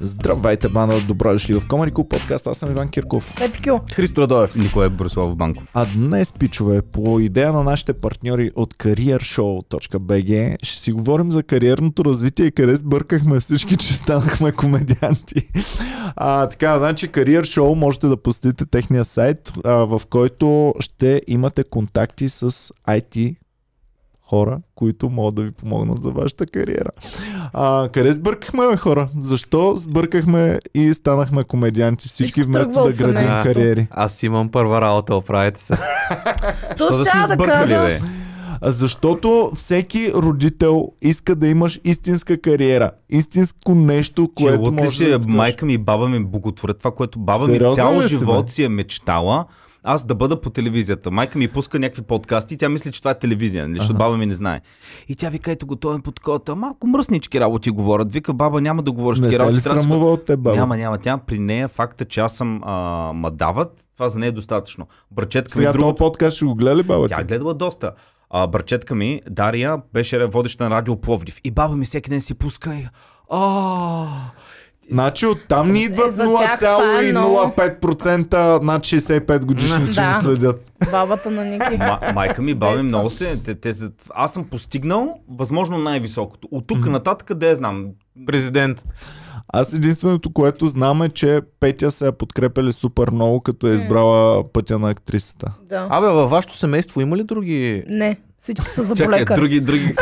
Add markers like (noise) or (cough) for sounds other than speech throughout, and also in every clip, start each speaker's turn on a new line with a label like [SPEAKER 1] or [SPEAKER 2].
[SPEAKER 1] Здравейте, бана, добро дошли в Комари Клуб подкаст. Аз съм Иван Кирков.
[SPEAKER 2] Епикю.
[SPEAKER 3] Христо Радоев. Николай Борислав Банков.
[SPEAKER 1] А днес, пичове, по идея на нашите партньори от careershow.bg ще си говорим за кариерното развитие и къде сбъркахме всички, че станахме комедианти. А, така, значи Career Show можете да посетите техния сайт, а, в който ще имате контакти с IT хора, които могат да ви помогнат за вашата кариера. А, къде сбъркахме, бе, хора? Защо сбъркахме и станахме комедианти всички
[SPEAKER 2] Всичко
[SPEAKER 1] вместо
[SPEAKER 2] тръгва
[SPEAKER 1] да
[SPEAKER 2] от
[SPEAKER 1] градим
[SPEAKER 2] семейството.
[SPEAKER 1] кариери?
[SPEAKER 3] Аз имам първа работа,
[SPEAKER 4] (laughs)
[SPEAKER 3] оправете се.
[SPEAKER 2] То ще да, кажа.
[SPEAKER 3] Нали, бе?
[SPEAKER 1] А Защото всеки родител иска да имаш истинска кариера, истинско нещо,
[SPEAKER 3] Че
[SPEAKER 1] което
[SPEAKER 3] лъд ли
[SPEAKER 1] може
[SPEAKER 3] се,
[SPEAKER 1] да ти
[SPEAKER 3] е майка ми и баба ми боготворят това, което баба
[SPEAKER 1] Сериозно
[SPEAKER 3] ми цял
[SPEAKER 1] ли си, бе?
[SPEAKER 3] живот си е мечтала. Аз да бъда по телевизията. Майка ми пуска някакви подкасти и тя мисли, че това е телевизия, нали, защото баба ми не знае. И тя вика, ето готовен под кота. Малко мръснички работи говорят. Вика, баба няма да говориш
[SPEAKER 1] Не
[SPEAKER 3] такива
[SPEAKER 1] се
[SPEAKER 3] работи.
[SPEAKER 1] ли
[SPEAKER 3] трябва да си
[SPEAKER 1] срамува от теб, баба?
[SPEAKER 3] Няма, няма. Тя при нея факта, че аз съм а, мадават, това за нея е достатъчно. Брачетка ми
[SPEAKER 1] Сега
[SPEAKER 3] друго.
[SPEAKER 1] този подкаст ще го гледа ли, баба?
[SPEAKER 3] Тя е
[SPEAKER 1] ти?
[SPEAKER 3] гледала доста. А, брачетка ми, Дария, беше водеща на радио Пловдив. И баба ми всеки ден си пуска и... А,
[SPEAKER 1] Значи оттам ни идват
[SPEAKER 2] Е, за тях това е
[SPEAKER 1] 0,05% над 65 годишни, че
[SPEAKER 2] Да.
[SPEAKER 1] ни следят.
[SPEAKER 2] Бабата на (laughs) Ники.
[SPEAKER 3] Ма- майка ми, баба ми много се... Те, те, за- аз съм постигнал възможно най-високото. От тук нататък да я знам.
[SPEAKER 4] президент.
[SPEAKER 1] Аз единственото, което знам е, че Петя се е подкрепили супер много, като е избрала пътя на актрисата.
[SPEAKER 2] Да.
[SPEAKER 4] Абе, във вашето семейство има ли други
[SPEAKER 2] Не, всички са за
[SPEAKER 3] Чакай,
[SPEAKER 2] полека.
[SPEAKER 3] други, други.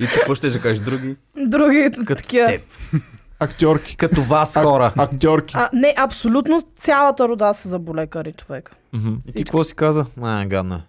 [SPEAKER 3] И ти какво ще да кажеш други?
[SPEAKER 2] Други такива.
[SPEAKER 3] теб.
[SPEAKER 1] Актьорки.
[SPEAKER 4] като вас
[SPEAKER 1] Ак-
[SPEAKER 4] хора?
[SPEAKER 1] Актьорки.
[SPEAKER 2] А, не, абсолютно цялата рода са заболекари човек.
[SPEAKER 1] Мгм.
[SPEAKER 4] И ти какво си каза? А, гадно е.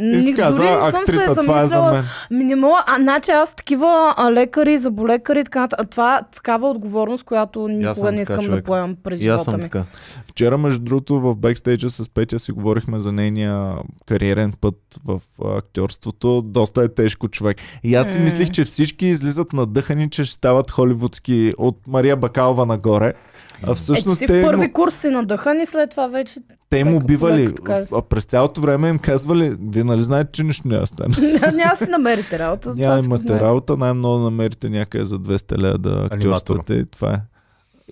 [SPEAKER 1] И си
[SPEAKER 2] Ни-
[SPEAKER 1] каза,
[SPEAKER 2] дори не съм се
[SPEAKER 1] актриса, това е за
[SPEAKER 2] замисляла.
[SPEAKER 1] мен.
[SPEAKER 2] Минимала, а значи аз такива а, лекари, заболекари, и така, нататък. а това е такава отговорност, която никога
[SPEAKER 4] съм
[SPEAKER 2] не
[SPEAKER 4] така,
[SPEAKER 2] искам да
[SPEAKER 4] човек.
[SPEAKER 2] поемам през
[SPEAKER 4] И аз
[SPEAKER 2] живота
[SPEAKER 4] съм
[SPEAKER 2] ми.
[SPEAKER 4] така.
[SPEAKER 1] Вчера, между другото, в бекстейджа с Петя си говорихме за нейния кариерен път в а, актьорството. Доста е тежко човек. И аз си
[SPEAKER 2] М.
[SPEAKER 1] мислих, че всички излизат надъхани, че ще стават холивудски от Мария Бакалова нагоре. А
[SPEAKER 2] Е, ти
[SPEAKER 1] всъщност
[SPEAKER 2] си
[SPEAKER 1] те,
[SPEAKER 2] в
[SPEAKER 1] му,
[SPEAKER 2] първи курс си надъхан и след това вече... (laughs)
[SPEAKER 1] те
[SPEAKER 2] човек,
[SPEAKER 1] му бивали.
[SPEAKER 2] човек, така.
[SPEAKER 1] а През цялото време им казвали, вие нали знаете, че нищо няма да
[SPEAKER 2] (laughs)
[SPEAKER 1] стане.
[SPEAKER 2] Няма да си намерите работа. за това е.
[SPEAKER 1] Няма
[SPEAKER 2] си го
[SPEAKER 1] имате
[SPEAKER 2] знаете.
[SPEAKER 1] работа, най-много намерите някъде за 200 лева да актьорствате и това е.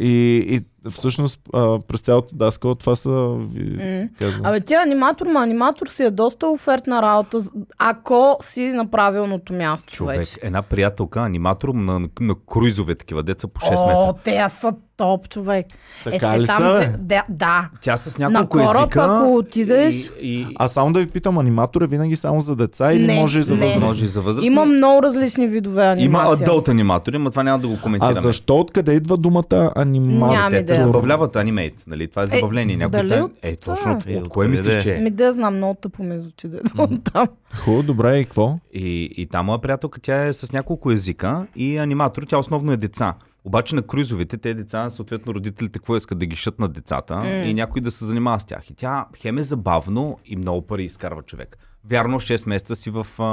[SPEAKER 1] И, и всъщност а, през цялото даскало това са ви
[SPEAKER 2] М.
[SPEAKER 1] казвам.
[SPEAKER 2] Абе, ти аниматор, ма аниматор си е доста офертна работа, з- ако си на правилното място, човек.
[SPEAKER 3] Човек, една приятелка, аниматор на, на круизове такива, деца по 6
[SPEAKER 2] О,
[SPEAKER 3] метра.
[SPEAKER 2] те са топ, човек.
[SPEAKER 1] Така
[SPEAKER 2] е,
[SPEAKER 1] ли
[SPEAKER 2] там
[SPEAKER 1] са, бе?
[SPEAKER 2] Се, да, да.
[SPEAKER 3] Тя с няколко
[SPEAKER 2] кораб,
[SPEAKER 3] езика.
[SPEAKER 2] ако отидеш-
[SPEAKER 3] И, и,
[SPEAKER 1] А само да ви питам, аниматор е винаги само за деца или
[SPEAKER 2] Не,
[SPEAKER 1] може и за
[SPEAKER 2] не.
[SPEAKER 1] възрастни?
[SPEAKER 3] Може и за възрастни.
[SPEAKER 2] Има много различни видове
[SPEAKER 3] Има
[SPEAKER 2] анимация.
[SPEAKER 3] адълт аниматори, но това няма да го
[SPEAKER 1] А
[SPEAKER 3] коментираме.
[SPEAKER 1] защо откъде идва думата аниматор?
[SPEAKER 2] Ням.
[SPEAKER 3] Те те
[SPEAKER 2] идея.
[SPEAKER 3] забавляват анимейт, нали? Това е забавление. Е, някой
[SPEAKER 2] Е, дали
[SPEAKER 3] ден...
[SPEAKER 2] от
[SPEAKER 3] Е,
[SPEAKER 2] това? Ами-
[SPEAKER 3] точно от,
[SPEAKER 4] Е,
[SPEAKER 3] от кое
[SPEAKER 4] откъде да
[SPEAKER 3] мислиш,
[SPEAKER 4] е?
[SPEAKER 3] че е?
[SPEAKER 2] Ми да знам, много тъпо ми звучи да идвам там.
[SPEAKER 1] Хубаво, добре, и какво?
[SPEAKER 3] И, и та моя приятелка, тя е с няколко езика и аниматор, тя основно е деца. Обаче на крузовете, те деца, съответно родителите, какво искат да ги шат на децата и някой да се занимава с тях. И тя хем е забавно и много пари изкарва човек. Вярно, 6 месеца си в а,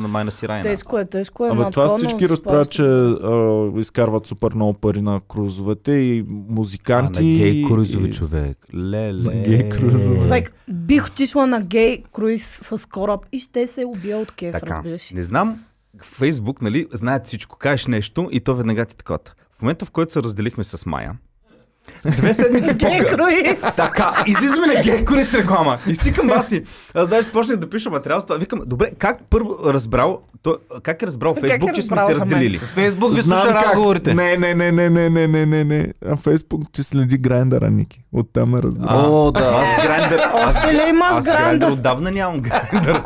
[SPEAKER 3] на майна си райна.
[SPEAKER 2] Тежко е, тежко е.
[SPEAKER 1] Абе,
[SPEAKER 2] ма
[SPEAKER 1] това
[SPEAKER 2] то, но
[SPEAKER 1] всички
[SPEAKER 2] се
[SPEAKER 1] разправят,
[SPEAKER 2] плаща.
[SPEAKER 1] че а, изкарват супер много пари на крузовете и
[SPEAKER 3] А на
[SPEAKER 1] музиканти.
[SPEAKER 3] гей
[SPEAKER 1] и-
[SPEAKER 3] крузове,
[SPEAKER 1] и-
[SPEAKER 3] човек. Леле.
[SPEAKER 1] Гей крузове.
[SPEAKER 2] Човек, бих отишла на гей круиз с кораб и ще Е, се убия от кеф,
[SPEAKER 3] Така,
[SPEAKER 2] разбираш.
[SPEAKER 3] не знам, в Фейсбук, нали, знаят всичко. Кажеш нещо и то веднага ти такова. В момента, в който се разделихме с Мая, две седмици
[SPEAKER 2] Гей
[SPEAKER 3] по-късно.
[SPEAKER 2] круиз!
[SPEAKER 3] Така, излизаме на гекори с реклама. И си към вас си. Аз знаеш, почнах да пиша материал с това. Викам, добре, как първо разбрал, той, как е разбрал
[SPEAKER 2] Как е
[SPEAKER 3] Фейсбук, че сме
[SPEAKER 2] разбрал
[SPEAKER 3] се
[SPEAKER 2] за мен?
[SPEAKER 3] разделили?
[SPEAKER 4] Фейсбук ви
[SPEAKER 1] Знам
[SPEAKER 4] слуша
[SPEAKER 1] как.
[SPEAKER 4] разговорите.
[SPEAKER 1] Не, не, не, не, не, не, не, не, не. А Фейсбук ти следи грайндъра, Ники. Оттам е разбра.
[SPEAKER 4] О, да.
[SPEAKER 3] Аз грандър. Аз,
[SPEAKER 2] Още ли имаш
[SPEAKER 3] аз грандър
[SPEAKER 2] гранда?
[SPEAKER 3] отдавна нямам грандър.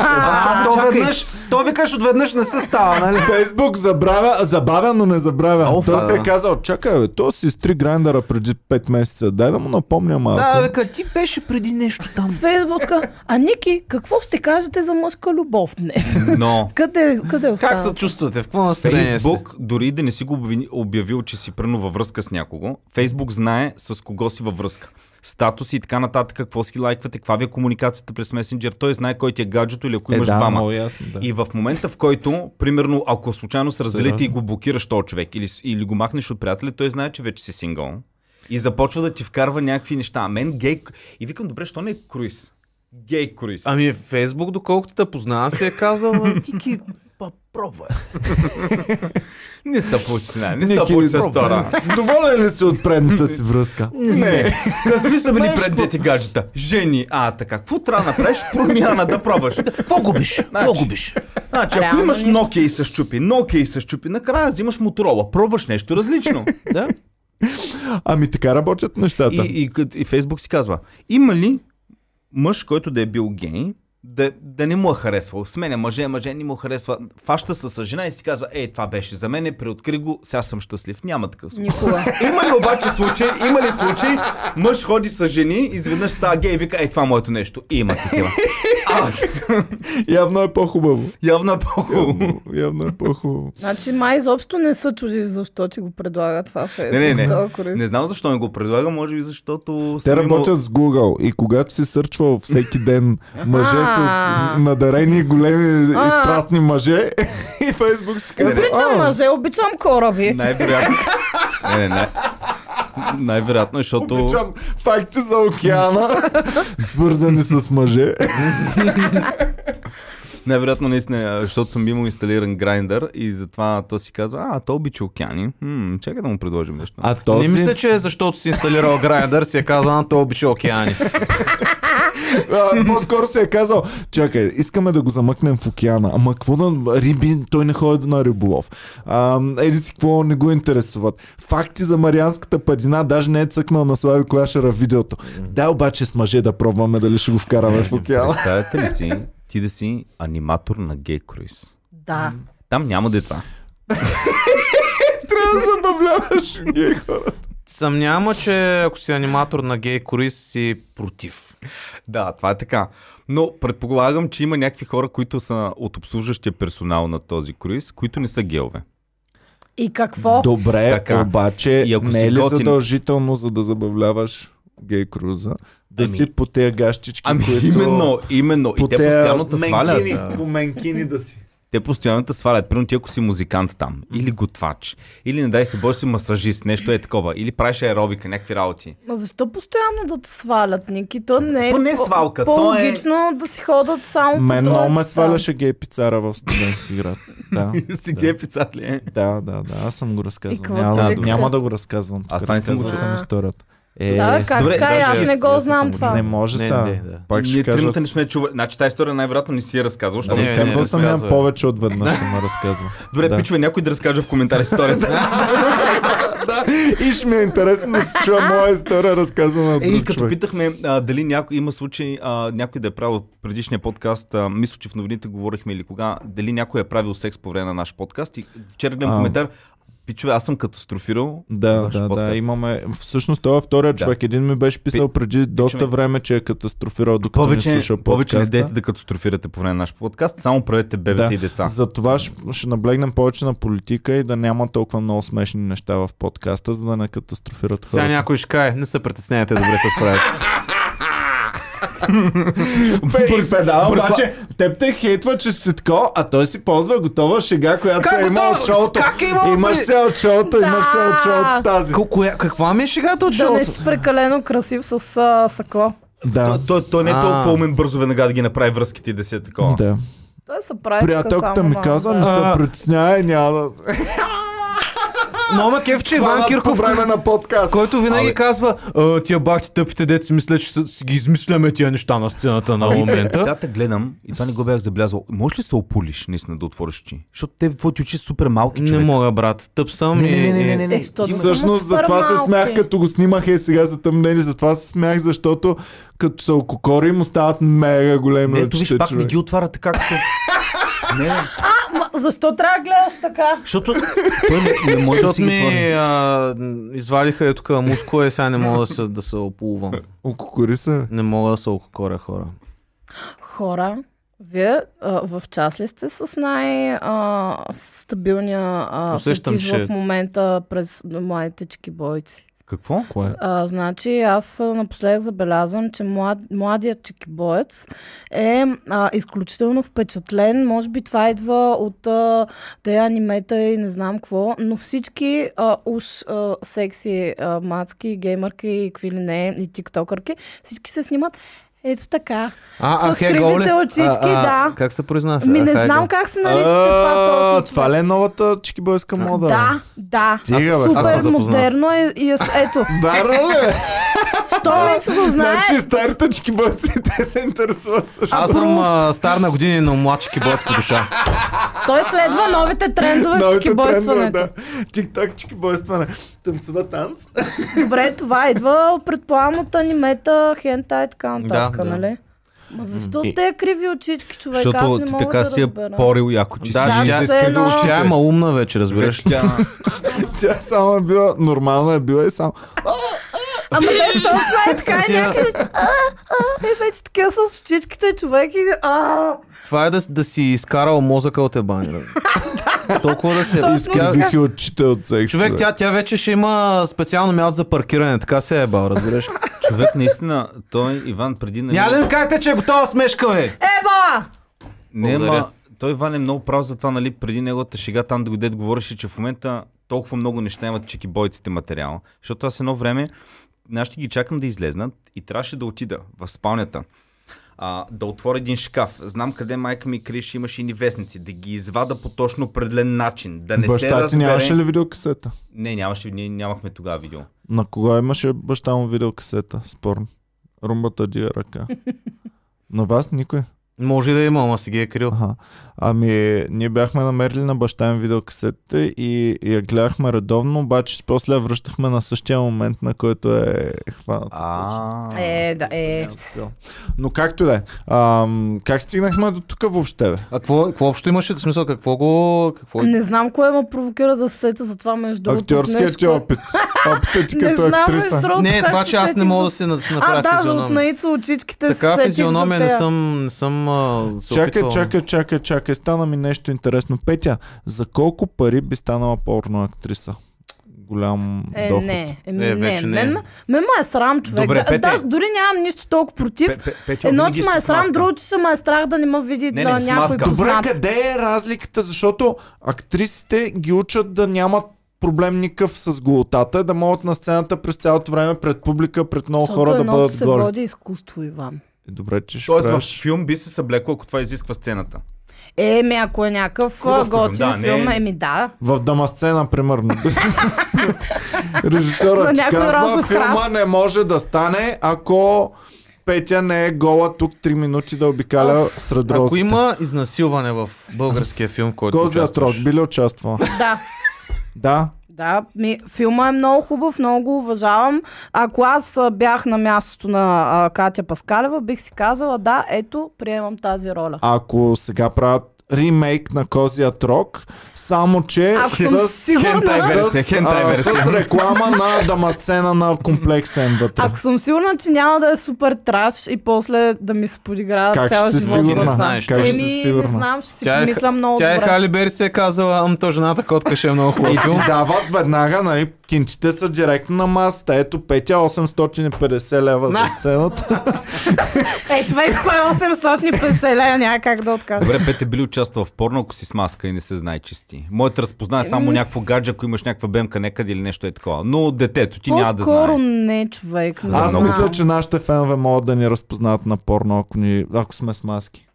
[SPEAKER 4] А, то веднъж, то викаш отведнъж не се става, нали? (laughs)
[SPEAKER 1] Фейсбук забравя, забавя, но не забравя.
[SPEAKER 4] О,
[SPEAKER 1] Той
[SPEAKER 4] да,
[SPEAKER 1] се е
[SPEAKER 4] да.
[SPEAKER 1] казал, чакай, бе, то си изтри грайндъра преди 5 месеца. Дай да му напомня малко.
[SPEAKER 4] Да, вика, ти беше преди нещо там.
[SPEAKER 2] Фейсбука. А Ники, какво ще кажете за мъжка любов днес?
[SPEAKER 3] Но
[SPEAKER 2] Къде, къде остава?
[SPEAKER 4] Как се чувствате? В какво настроение сте?
[SPEAKER 3] Фейсбук, дори да не си го обвини- обявил, че си прено във връзка с някого, Фейсбук знае с кого си във връзка. Статус и така нататък, какво си лайквате, каква ви е комуникацията през месенджер, той знае кой ти е гаджето или ако
[SPEAKER 1] е,
[SPEAKER 3] имаш
[SPEAKER 1] да,
[SPEAKER 3] двама.
[SPEAKER 1] много ясно, да.
[SPEAKER 3] И в момента, в който, примерно, ако случайно се разделите
[SPEAKER 1] Сериозно?
[SPEAKER 3] и го блокираш този човек или, с- или го махнеш от приятели, той знае, че вече си сингъл. И започва да ти вкарва някакви неща. А мен гей... И викам, добре, що не е круиз? Гей круиз.
[SPEAKER 1] Ами-
[SPEAKER 4] (laughs) Ами Фейсбук, доколкото те познава, си е казал, Тики,
[SPEAKER 3] па пробва. (laughs) не са почина, не са
[SPEAKER 1] Ники,
[SPEAKER 3] почина
[SPEAKER 1] пробвай.
[SPEAKER 3] стара.
[SPEAKER 1] Доволен ли си от предната си връзка? (laughs)
[SPEAKER 3] Не, какви са били
[SPEAKER 1] Знаеш
[SPEAKER 3] пред
[SPEAKER 1] какво?
[SPEAKER 3] дети гаджета? Жени, а така, какво трябва да направиш? Промяна да пробваш. Какво губиш? Какво губиш? Значи, ако
[SPEAKER 2] Реално
[SPEAKER 3] имаш
[SPEAKER 2] нищо.
[SPEAKER 3] Nokia и се щупи, Nokia и се щупи, накрая взимаш Motorola, пробваш нещо различно. Да?
[SPEAKER 1] Ами така работят нещата.
[SPEAKER 3] И, и, кът- и Фейсбук си казва, има ли мъж, който да е бил гей, да, да не му е харесвал. Сменя мъже, мъже не му харесва. Фаща се с жена и си казва, ей, това беше за мене, преоткри го, сега съм щастлив. Няма такъв случай.
[SPEAKER 2] Никога.
[SPEAKER 3] Има ли обаче случай, има ли случай, мъж ходи с жени, изведнъж става гей и вика, е, това е моето нещо. И има такива. А,
[SPEAKER 1] Явно е по-хубаво.
[SPEAKER 3] явно е по-хубаво.
[SPEAKER 1] Явно, явно е по-хубаво.
[SPEAKER 2] Значи май изобщо не са чужи, защо ти го предлага това
[SPEAKER 3] Не,
[SPEAKER 2] Facebook.
[SPEAKER 3] не, не.
[SPEAKER 2] този кориз.
[SPEAKER 3] Не знам защо не го предлага, може би защото...
[SPEAKER 1] Те
[SPEAKER 3] съм имал-
[SPEAKER 1] работят с Google и когато си сърчвал всеки ден мъже с
[SPEAKER 2] А.
[SPEAKER 1] надарени големи и
[SPEAKER 2] А.
[SPEAKER 1] страстни мъже (laughs) и Фейсбук си казва
[SPEAKER 2] Обичам
[SPEAKER 1] «А,
[SPEAKER 2] мъже, обичам кораби.
[SPEAKER 3] Най-вероятно. Не, не, най- най-вероятно, е, защото...
[SPEAKER 1] Обичам факти за океана, (laughs) свързани с мъже.
[SPEAKER 3] Най-вероятно наистина, защото съм имал инсталиран грайндър и затова то си казва, а, то обича океани. Хм, чакай да му предложим нещо.
[SPEAKER 1] А
[SPEAKER 4] Не
[SPEAKER 1] този
[SPEAKER 4] мисля, че е защото си инсталирал Grindr, си е казал, а, той обича (laughs) океани.
[SPEAKER 1] а, по-скоро се е казал, чакай, искаме да го замъкнем в океана. Ама какво да риби, той не ходи на риболов. А, еди си какво не го интересуват. Факти за Марианската падина даже не е цъкнал на Слави Кояшера в видеото. Дай обаче с мъже да пробваме дали ще го вкараме в океана.
[SPEAKER 3] Представяте ли си, ти да си аниматор на гей круиз?
[SPEAKER 2] Да.
[SPEAKER 3] Там няма деца.
[SPEAKER 1] Трябва да забавляваш гей хората.
[SPEAKER 4] Съмнявам, че ако си аниматор на гей кориз, си против.
[SPEAKER 3] Да, това е така. Но предполагам, че има някакви хора, които са от обслужващия персонал на този круиз, които не са геове.
[SPEAKER 2] И какво?
[SPEAKER 1] Добре,
[SPEAKER 3] Така.
[SPEAKER 1] обаче
[SPEAKER 3] И ако
[SPEAKER 1] не
[SPEAKER 3] си
[SPEAKER 1] е ли
[SPEAKER 3] готин-
[SPEAKER 1] задължително, за да забавляваш гей круза, да
[SPEAKER 3] Ами-
[SPEAKER 1] си по тези гащички,
[SPEAKER 3] Ами
[SPEAKER 1] които...
[SPEAKER 3] именно, именно.
[SPEAKER 1] по
[SPEAKER 3] и те
[SPEAKER 1] тези
[SPEAKER 3] постоянно те свалят.
[SPEAKER 1] По менкини да си.
[SPEAKER 3] Те постоянно те свалят. Примерно ти ако си музикант там, или готвач, или не дай се бой си масажист, нещо е такова, или правиш аеробика, някакви (laughs) работи.
[SPEAKER 2] Ма защо постоянно да те свалят, Ники? То не е,
[SPEAKER 3] То не е
[SPEAKER 2] по-
[SPEAKER 3] свалка, то е-
[SPEAKER 2] по-логично да си ходят само по
[SPEAKER 1] Мен много
[SPEAKER 2] троицата.
[SPEAKER 1] ме сваляше гей пицара в студентски град. Да.
[SPEAKER 3] Си ги е пицат ли е?
[SPEAKER 1] Да, да, да, аз съм го
[SPEAKER 2] И
[SPEAKER 1] разказвал.
[SPEAKER 2] какво е
[SPEAKER 1] Няма,
[SPEAKER 3] ти викаше?
[SPEAKER 1] няма да го разказвам.
[SPEAKER 3] Аз
[SPEAKER 1] Тук
[SPEAKER 3] това не съм го
[SPEAKER 1] разказвал съм
[SPEAKER 2] чул.
[SPEAKER 1] историята. Е,
[SPEAKER 2] Да, как
[SPEAKER 3] добре,
[SPEAKER 2] така?
[SPEAKER 3] даже
[SPEAKER 2] Аз не
[SPEAKER 3] аз-
[SPEAKER 2] го
[SPEAKER 3] аз
[SPEAKER 2] знам
[SPEAKER 3] съм
[SPEAKER 2] това.
[SPEAKER 1] не може
[SPEAKER 4] Не,
[SPEAKER 1] сега.
[SPEAKER 4] не, да.
[SPEAKER 1] Пак ще
[SPEAKER 3] Ние
[SPEAKER 1] кажа.
[SPEAKER 3] тримата не сме чували. Значи тази история най-вероятно не си я разказвал, защото
[SPEAKER 4] Не,
[SPEAKER 3] не,
[SPEAKER 4] не,
[SPEAKER 3] не,
[SPEAKER 4] не,
[SPEAKER 1] Разказвал
[SPEAKER 4] не
[SPEAKER 1] съм я
[SPEAKER 4] разказвай.
[SPEAKER 1] повече от веднъж съм я разказвал.
[SPEAKER 3] Добре,
[SPEAKER 1] да. (laughs)
[SPEAKER 3] пичове, някой да разкаже в коментар (laughs) историята.
[SPEAKER 1] Да, и ще ми е интересно да се чуя моя история, разказана от
[SPEAKER 3] Е, и
[SPEAKER 1] друг
[SPEAKER 3] като
[SPEAKER 1] човек.
[SPEAKER 3] питахме а, дали някой има случай, а, някой да е правил предишния подкаст, а, мисля, че в новините говорихме или кога, дали някой е правил секс по време на наш подкаст. И вчера гледам
[SPEAKER 1] А.
[SPEAKER 3] коментар, пичове, аз съм катастрофирал.
[SPEAKER 1] Да,
[SPEAKER 3] ваш
[SPEAKER 1] да, да,
[SPEAKER 3] подкаст.
[SPEAKER 1] имаме. Всъщност той е втория
[SPEAKER 3] Да.
[SPEAKER 1] човек. Един ми беше писал преди доста
[SPEAKER 3] пичове.
[SPEAKER 1] време, че е катастрофирал докато не
[SPEAKER 3] Повече,
[SPEAKER 1] слуша
[SPEAKER 3] повече не
[SPEAKER 1] подкаста.
[SPEAKER 3] дейте да катастрофирате по време на наш подкаст, само правете бебета и деца.
[SPEAKER 1] За това ще, ще наблегнем повече на политика и да няма толкова много смешни неща в подкаста, за да не катастрофират
[SPEAKER 4] Сега
[SPEAKER 1] хората.
[SPEAKER 4] някой ще кае, не се притесняйте, добре се справите.
[SPEAKER 1] Бе, и педал,
[SPEAKER 3] Борислав-
[SPEAKER 1] обаче теб те хейтва, че си тако, а той си ползва готова шега, която
[SPEAKER 4] Как
[SPEAKER 1] се е имал
[SPEAKER 4] готова?
[SPEAKER 1] от шоуто.
[SPEAKER 4] Как е имал
[SPEAKER 1] Имаш
[SPEAKER 4] при-
[SPEAKER 1] се от шоуто, имаш се от шоуто
[SPEAKER 4] (laughs)
[SPEAKER 1] тази.
[SPEAKER 4] Ко- коя- Каква ми е шегата от
[SPEAKER 2] Да не
[SPEAKER 4] шоуто?
[SPEAKER 2] си прекалено красив с а, сако.
[SPEAKER 1] Да,
[SPEAKER 3] Той, той, той не е
[SPEAKER 4] А.
[SPEAKER 3] толкова умен бързо веднага да ги направи връзките и да си е такова.
[SPEAKER 1] да.
[SPEAKER 2] Той се прави
[SPEAKER 1] Приятелката
[SPEAKER 2] само
[SPEAKER 1] ми
[SPEAKER 2] на-
[SPEAKER 1] каза,
[SPEAKER 2] да. Е,
[SPEAKER 1] не се
[SPEAKER 4] А.
[SPEAKER 1] притесняй, няма да...
[SPEAKER 4] Но ма кеф, че Иван
[SPEAKER 1] Хванат по
[SPEAKER 4] Кирков,
[SPEAKER 1] време на подкаст.
[SPEAKER 4] който винаги
[SPEAKER 3] Абе.
[SPEAKER 4] казва, «А, тия бахти тъпите деца мисля, че с- си ги измисляме тия неща на сцената на момента.
[SPEAKER 3] Сега те гледам и това не го бях забелязал. Може ли се опулиш, наистина, да отвориш очи? Защото те, твоите очи са супер малки,
[SPEAKER 4] Не
[SPEAKER 3] човек.
[SPEAKER 4] мога, брат. Тъп съм и... и-
[SPEAKER 2] Е, защото са
[SPEAKER 1] Всъщност
[SPEAKER 2] супер
[SPEAKER 1] за това се
[SPEAKER 2] малки.
[SPEAKER 1] смях, като го снимах и сега затъмнени, за това се смях, защото като се ококорим, остават мега големи
[SPEAKER 3] Не, ето виж,
[SPEAKER 1] очите,
[SPEAKER 3] пак не
[SPEAKER 1] е човек.
[SPEAKER 3] ги отваря така, като... Не, не,
[SPEAKER 2] Ма, защо трябва да гледаш така?
[SPEAKER 3] защото той не, не може да
[SPEAKER 4] Защото
[SPEAKER 3] си ги
[SPEAKER 4] ми
[SPEAKER 3] отвори.
[SPEAKER 4] а, извадиха е тук мускула и сега не мога да се, да се опулвам.
[SPEAKER 1] Ококори се.
[SPEAKER 4] Не мога да се ококоря хора.
[SPEAKER 2] Хора, вие а, в час ли сте с най-стабилния
[SPEAKER 4] Усещам,
[SPEAKER 2] фетиш
[SPEAKER 4] че-
[SPEAKER 2] в момента през младите чики бойци?
[SPEAKER 3] Какво?
[SPEAKER 1] Кое?
[SPEAKER 2] А, значи аз а, напоследък забелязвам, че млад, младият чекибоец е а, изключително впечатлен. Може би това идва от а, те анимета и не знам какво, но всички а, уж а, секси а, мацки, геймърки и какви ли не, и тиктокърки, всички се снимат Ето така.
[SPEAKER 5] А,
[SPEAKER 2] С кривите очички, да.
[SPEAKER 5] Как се произнася?
[SPEAKER 2] Ми не
[SPEAKER 5] Ахайго.
[SPEAKER 2] знам как се нарича Нали, това
[SPEAKER 1] А,
[SPEAKER 2] точно.
[SPEAKER 1] Това ли е новата чикибойска мода?
[SPEAKER 2] Да, да.
[SPEAKER 1] Стига, бе.
[SPEAKER 5] Аз съм
[SPEAKER 2] Супер
[SPEAKER 5] запознат.
[SPEAKER 2] модерно е и е, с-
[SPEAKER 5] (laughs)
[SPEAKER 2] ето. (laughs)
[SPEAKER 1] Вярно ли?
[SPEAKER 2] Що Венцо го знае?
[SPEAKER 1] нали? Значи старите чикибойци, те се интересуват също.
[SPEAKER 5] Аз съм а, стар на години, но млад кибоец по душа.
[SPEAKER 2] Той следва новите трендове в
[SPEAKER 1] Новите трендове,
[SPEAKER 2] кибойстването.
[SPEAKER 1] да. Тик-так чикибойстване. Танцува танц. (laughs)
[SPEAKER 2] Добре, това идва, предполагам, от анимета, хентай и така нататък,
[SPEAKER 5] Да, да.
[SPEAKER 2] нали? Ма защо сте криви очички, човек? Аз
[SPEAKER 3] Защото
[SPEAKER 2] не
[SPEAKER 3] ти
[SPEAKER 2] мога
[SPEAKER 3] така
[SPEAKER 2] да
[SPEAKER 3] си е
[SPEAKER 2] разбера.
[SPEAKER 3] порил яко, че
[SPEAKER 5] Да,
[SPEAKER 3] си
[SPEAKER 5] тя-
[SPEAKER 3] изискал
[SPEAKER 2] все едно-
[SPEAKER 5] Тя е малумна вече, разбираш. ли?
[SPEAKER 3] Тя...
[SPEAKER 1] Тя само е била, нормална е била и само.
[SPEAKER 2] Ама те точно е така и
[SPEAKER 5] Сега-
[SPEAKER 2] някъде... А, а, и вече такива с очичките, човек и... А,
[SPEAKER 5] (laughs) Това е да, да си изкарал мозъка от (laughs) ебани. бе. Толкова да се...
[SPEAKER 2] Точно
[SPEAKER 5] Тя,
[SPEAKER 1] Вихи очите от секс.
[SPEAKER 5] човек, тя, тя вече ще има специално място за паркиране. Така се е ебал, разбираш. (laughs) ли?
[SPEAKER 3] Човек, наистина, той, Иван, преди... нали-
[SPEAKER 5] Няма да ми кажете, че е готова смешка, бе!
[SPEAKER 2] ева!
[SPEAKER 3] Не,
[SPEAKER 5] Благодаря.
[SPEAKER 3] ма, той Иван е много прав за това, нали, преди неговата шега там, докъде говореше, че в момента толкова много неща имат чекибойците материала. Защото аз едно време, аз ще ги чакам да излезнат и трябваше да отида в спалнята. А, да отворя един шкаф. Знам къде майка ми криеше, имаше и вестници. Да ги извада по точно определен начин. Да не се
[SPEAKER 1] Баща ти
[SPEAKER 3] разбере.
[SPEAKER 1] нямаше ли видеокасета?
[SPEAKER 3] Не, нямаше, ние нямахме тогава видео.
[SPEAKER 1] На кога имаше баща му видеокасета? Спорно. Румбата дига ръка. На вас никой.
[SPEAKER 5] Може и да има, ама си ги е крил.
[SPEAKER 1] Аха. Ами, ние бяхме намерили на баща ми видеокасетата и я гледахме редовно, обаче после я връщахме на същия момент, на който е хваната.
[SPEAKER 3] А,
[SPEAKER 2] Е, да, е.
[SPEAKER 1] Но както и да е. Ам, Как стигнахме до тук въобще, бе?
[SPEAKER 5] А какво, какво общо имаше? В смисъл, какво го... Какво...
[SPEAKER 2] Не знам кое ме провокира да се сета за това между другото.
[SPEAKER 1] Актьорският
[SPEAKER 2] нещо,
[SPEAKER 1] ти опит.
[SPEAKER 2] (laughs)
[SPEAKER 1] Опитът ти
[SPEAKER 2] Не
[SPEAKER 1] като
[SPEAKER 2] знам, между
[SPEAKER 1] актриса.
[SPEAKER 2] другото,
[SPEAKER 5] не
[SPEAKER 2] как
[SPEAKER 5] това,
[SPEAKER 2] се
[SPEAKER 5] че аз не
[SPEAKER 2] сетих
[SPEAKER 5] мога
[SPEAKER 2] за-
[SPEAKER 5] да си на- си
[SPEAKER 2] А,
[SPEAKER 5] направя
[SPEAKER 2] да, за от
[SPEAKER 5] физиономия.
[SPEAKER 2] наица очичките се
[SPEAKER 5] Така
[SPEAKER 2] сетих за
[SPEAKER 5] физиономия не
[SPEAKER 2] тея.
[SPEAKER 5] съм... Не съм а, се
[SPEAKER 1] Чакай,
[SPEAKER 5] опитвал.
[SPEAKER 1] чакай, чакай, чакай. Стана ми нещо интересно. Петя, за колко пари би станала порно актриса? Голям
[SPEAKER 2] Е,
[SPEAKER 1] доход.
[SPEAKER 2] не, е, не, не.
[SPEAKER 5] Е, вече не е.
[SPEAKER 2] Мен, ме- мен ме е срам, човек.
[SPEAKER 3] Добре,
[SPEAKER 2] да,
[SPEAKER 3] Пете.
[SPEAKER 2] да, дори нямам нищо толкова против.
[SPEAKER 3] Пе- пе- Петя,
[SPEAKER 2] Едно,
[SPEAKER 3] винаги
[SPEAKER 2] че ме
[SPEAKER 3] си
[SPEAKER 2] е
[SPEAKER 3] с
[SPEAKER 2] срам,
[SPEAKER 3] маска.
[SPEAKER 2] друго, че ще ме е страх да не ме види
[SPEAKER 3] Не,
[SPEAKER 2] на
[SPEAKER 3] не, с
[SPEAKER 2] някой
[SPEAKER 3] маска.
[SPEAKER 1] Добре,
[SPEAKER 2] познат.
[SPEAKER 1] къде е разликата? Защото актрисите ги учат да нямат проблем никакъв с голотата, да могат на сцената през цялото време пред публика, пред много
[SPEAKER 2] Защото
[SPEAKER 1] хора да
[SPEAKER 2] едното
[SPEAKER 1] бъдат
[SPEAKER 2] се
[SPEAKER 1] голи.
[SPEAKER 2] води изкуство, Иван.
[SPEAKER 1] Е, Добре, че ще
[SPEAKER 3] Тоест в
[SPEAKER 1] правиш.
[SPEAKER 3] филм би се съблекло, ако това изисква сцената.
[SPEAKER 2] Е, ми, ако е някакъв
[SPEAKER 3] Хубав
[SPEAKER 2] а,
[SPEAKER 3] филм,
[SPEAKER 2] готин
[SPEAKER 3] да, не е-
[SPEAKER 2] филм, еми да.
[SPEAKER 1] В Дамасцена,
[SPEAKER 2] (laughs)
[SPEAKER 1] примерно. Режисьорът
[SPEAKER 2] За
[SPEAKER 1] ти
[SPEAKER 2] някой
[SPEAKER 1] казва,
[SPEAKER 2] розов
[SPEAKER 1] филма
[SPEAKER 2] храст.
[SPEAKER 1] не може да стане, ако Петя не е гола тук 3 минути да обикаля сред розите.
[SPEAKER 5] Ако има изнасилване в българския филм, в който
[SPEAKER 1] Козия
[SPEAKER 5] участваш...
[SPEAKER 1] Строт, би ли участвала?
[SPEAKER 2] Да.
[SPEAKER 1] да.
[SPEAKER 2] Да, ми, филма е много хубав, много го уважавам. Ако аз а, бях на мястото на а, Катя Паскалева, бих си казала, да, ето, приемам тази роля.
[SPEAKER 1] Ако сега правят ремейк на Козия Трок, само че
[SPEAKER 2] Ако
[SPEAKER 1] с,
[SPEAKER 2] съм сигурна,
[SPEAKER 3] хентай версия,
[SPEAKER 1] с,
[SPEAKER 3] хентай
[SPEAKER 1] а,
[SPEAKER 3] версия.
[SPEAKER 1] с реклама на Дамасцена на комплекса им вътре.
[SPEAKER 2] Ако съм сигурна, че няма да е супер траш и после да ми се подигра
[SPEAKER 1] Как
[SPEAKER 2] цял
[SPEAKER 1] ще си
[SPEAKER 2] живот.
[SPEAKER 1] сигурна?
[SPEAKER 2] в сна.
[SPEAKER 5] Знаеш,
[SPEAKER 1] как ще си
[SPEAKER 2] Еми, не
[SPEAKER 1] сигурна?
[SPEAKER 2] знам, ще си помисля много
[SPEAKER 5] тя е
[SPEAKER 2] добре.
[SPEAKER 5] Хали Бери си е казала, ам то жената котка ще е много
[SPEAKER 1] И
[SPEAKER 5] хубава.
[SPEAKER 1] ти дават веднага, нали, кинчите са директно на масата. Ето, Петя, 850 лева за сцената.
[SPEAKER 2] Е, човек, кой е 850 лея, няма как да откажа.
[SPEAKER 3] Добре, Пете, били участвал в порно, ако си с маска и не се знае, че си. Моят разпознае е само някакво гадже, ако имаш някаква бемка някъде или нещо е такова. Но детето ти няма да
[SPEAKER 2] По-скоро
[SPEAKER 3] знае.
[SPEAKER 2] не, човек. не
[SPEAKER 3] За
[SPEAKER 1] Аз
[SPEAKER 2] знам.
[SPEAKER 3] много.
[SPEAKER 1] мисля, че нашите фенове могат да ни разпознат на порно, ако, ни, ако сме с маски.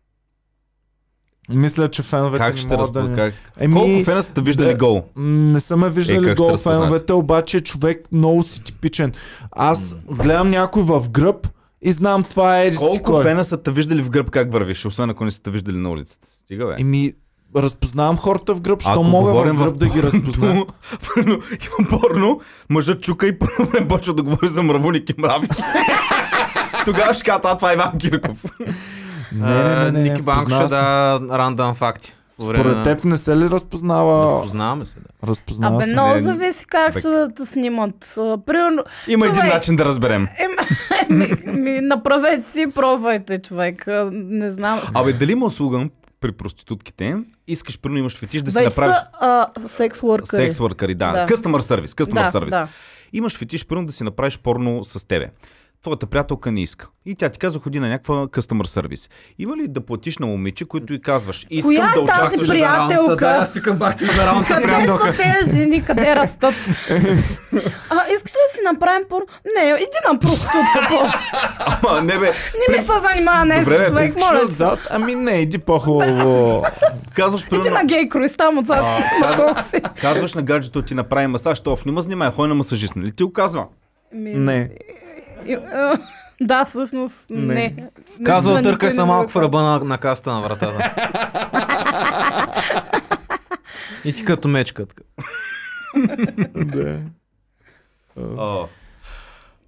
[SPEAKER 1] Мисля, че феновете
[SPEAKER 3] Как
[SPEAKER 1] ни
[SPEAKER 3] ще
[SPEAKER 1] могат да
[SPEAKER 3] разпозна?
[SPEAKER 1] ни...
[SPEAKER 3] Как...
[SPEAKER 1] Еми,
[SPEAKER 3] Колко фена сте виждали
[SPEAKER 1] да.
[SPEAKER 3] гол?
[SPEAKER 1] М, Не са ме виждали
[SPEAKER 3] Е,
[SPEAKER 1] е,
[SPEAKER 3] как ще
[SPEAKER 1] гол
[SPEAKER 3] разпознаят?
[SPEAKER 1] феновете, обаче човек много си типичен. Аз гледам някой в гръб и знам това е еди си
[SPEAKER 3] Колко
[SPEAKER 1] кой.
[SPEAKER 3] фена са те виждали в гръб как вървиш, освен ако не са те виждали на улицата? Стига, бе.
[SPEAKER 1] Еми, разпознавам хората в гръб, що
[SPEAKER 3] Ако
[SPEAKER 1] мога в
[SPEAKER 3] говорим
[SPEAKER 1] гръб да ги
[SPEAKER 3] (laughs)
[SPEAKER 1] разпозная.
[SPEAKER 3] Първо, има порно, мъжът чука и първо време почва да говори за мравуник и мрави. (laughs) Тогава ще кажа, а това е Иван Кирков.
[SPEAKER 1] Не, не, не, не,
[SPEAKER 5] Ники Банко
[SPEAKER 1] познава
[SPEAKER 5] ще
[SPEAKER 1] се.
[SPEAKER 5] да рандам факти. По време
[SPEAKER 1] Според
[SPEAKER 5] на-
[SPEAKER 1] теб не се ли разпознава?
[SPEAKER 5] Разпознаваме се, да.
[SPEAKER 1] Разпознава
[SPEAKER 2] Абе,
[SPEAKER 1] се.
[SPEAKER 2] много
[SPEAKER 3] Не,
[SPEAKER 2] зависи как
[SPEAKER 3] човек.
[SPEAKER 2] ще да те снимат. А, Примерно,
[SPEAKER 3] Има един
[SPEAKER 2] Човек.
[SPEAKER 3] начин да разберем.
[SPEAKER 1] (laughs)
[SPEAKER 2] ми, ми, направете си, пробвайте, човек. А, Не знам.
[SPEAKER 3] Абе, дали има услуга при проститутките? Искаш, първо имаш фетиш да си
[SPEAKER 2] Вече
[SPEAKER 3] направиш...
[SPEAKER 2] са а, секс worker.
[SPEAKER 3] Секс въркари, да.
[SPEAKER 2] Да.
[SPEAKER 3] Customer service,
[SPEAKER 2] да,
[SPEAKER 3] customer service.
[SPEAKER 2] да.
[SPEAKER 3] Имаш фетиш, първо да си направиш порно с тебе. Твоята приятелка не иска. И тя ти казва, ходи на някаква customer service. Има ли да платиш на момиче, които и казваш, искам
[SPEAKER 2] Коя е
[SPEAKER 3] да
[SPEAKER 2] тази
[SPEAKER 3] участваш...
[SPEAKER 2] при- Приятелка.
[SPEAKER 5] Да, аз си към бах, че либералната
[SPEAKER 2] Къде
[SPEAKER 5] приятелка.
[SPEAKER 2] са тези жени, къде растат? а, искаш ли да си направим пор? Не, иди на простутка по.
[SPEAKER 3] (laughs) Ама, не бе,
[SPEAKER 2] Не ми се занимава не е
[SPEAKER 3] Добре, бе,
[SPEAKER 2] с човек,
[SPEAKER 1] Искаш
[SPEAKER 2] моля ти.
[SPEAKER 1] назад? Ами не, иди по-хубаво.
[SPEAKER 3] казваш
[SPEAKER 2] Иди на
[SPEAKER 3] примерно...
[SPEAKER 2] гей круиз, там отзад. Ма колко си.
[SPEAKER 3] Казваш на гаджето ти направи масаж, то не ма занимай, хой на масажист. Нали ти го казва?
[SPEAKER 2] Ми,
[SPEAKER 1] не.
[SPEAKER 2] и- а, Да, всъщност
[SPEAKER 1] Не.
[SPEAKER 2] не. не.
[SPEAKER 5] Казва,
[SPEAKER 2] знам,
[SPEAKER 5] търкай
[SPEAKER 2] никой
[SPEAKER 5] се
[SPEAKER 2] не
[SPEAKER 5] малко в
[SPEAKER 2] знае.
[SPEAKER 5] ръба на, на каста на вратата. И ти като мечка. така.
[SPEAKER 1] да.
[SPEAKER 3] О,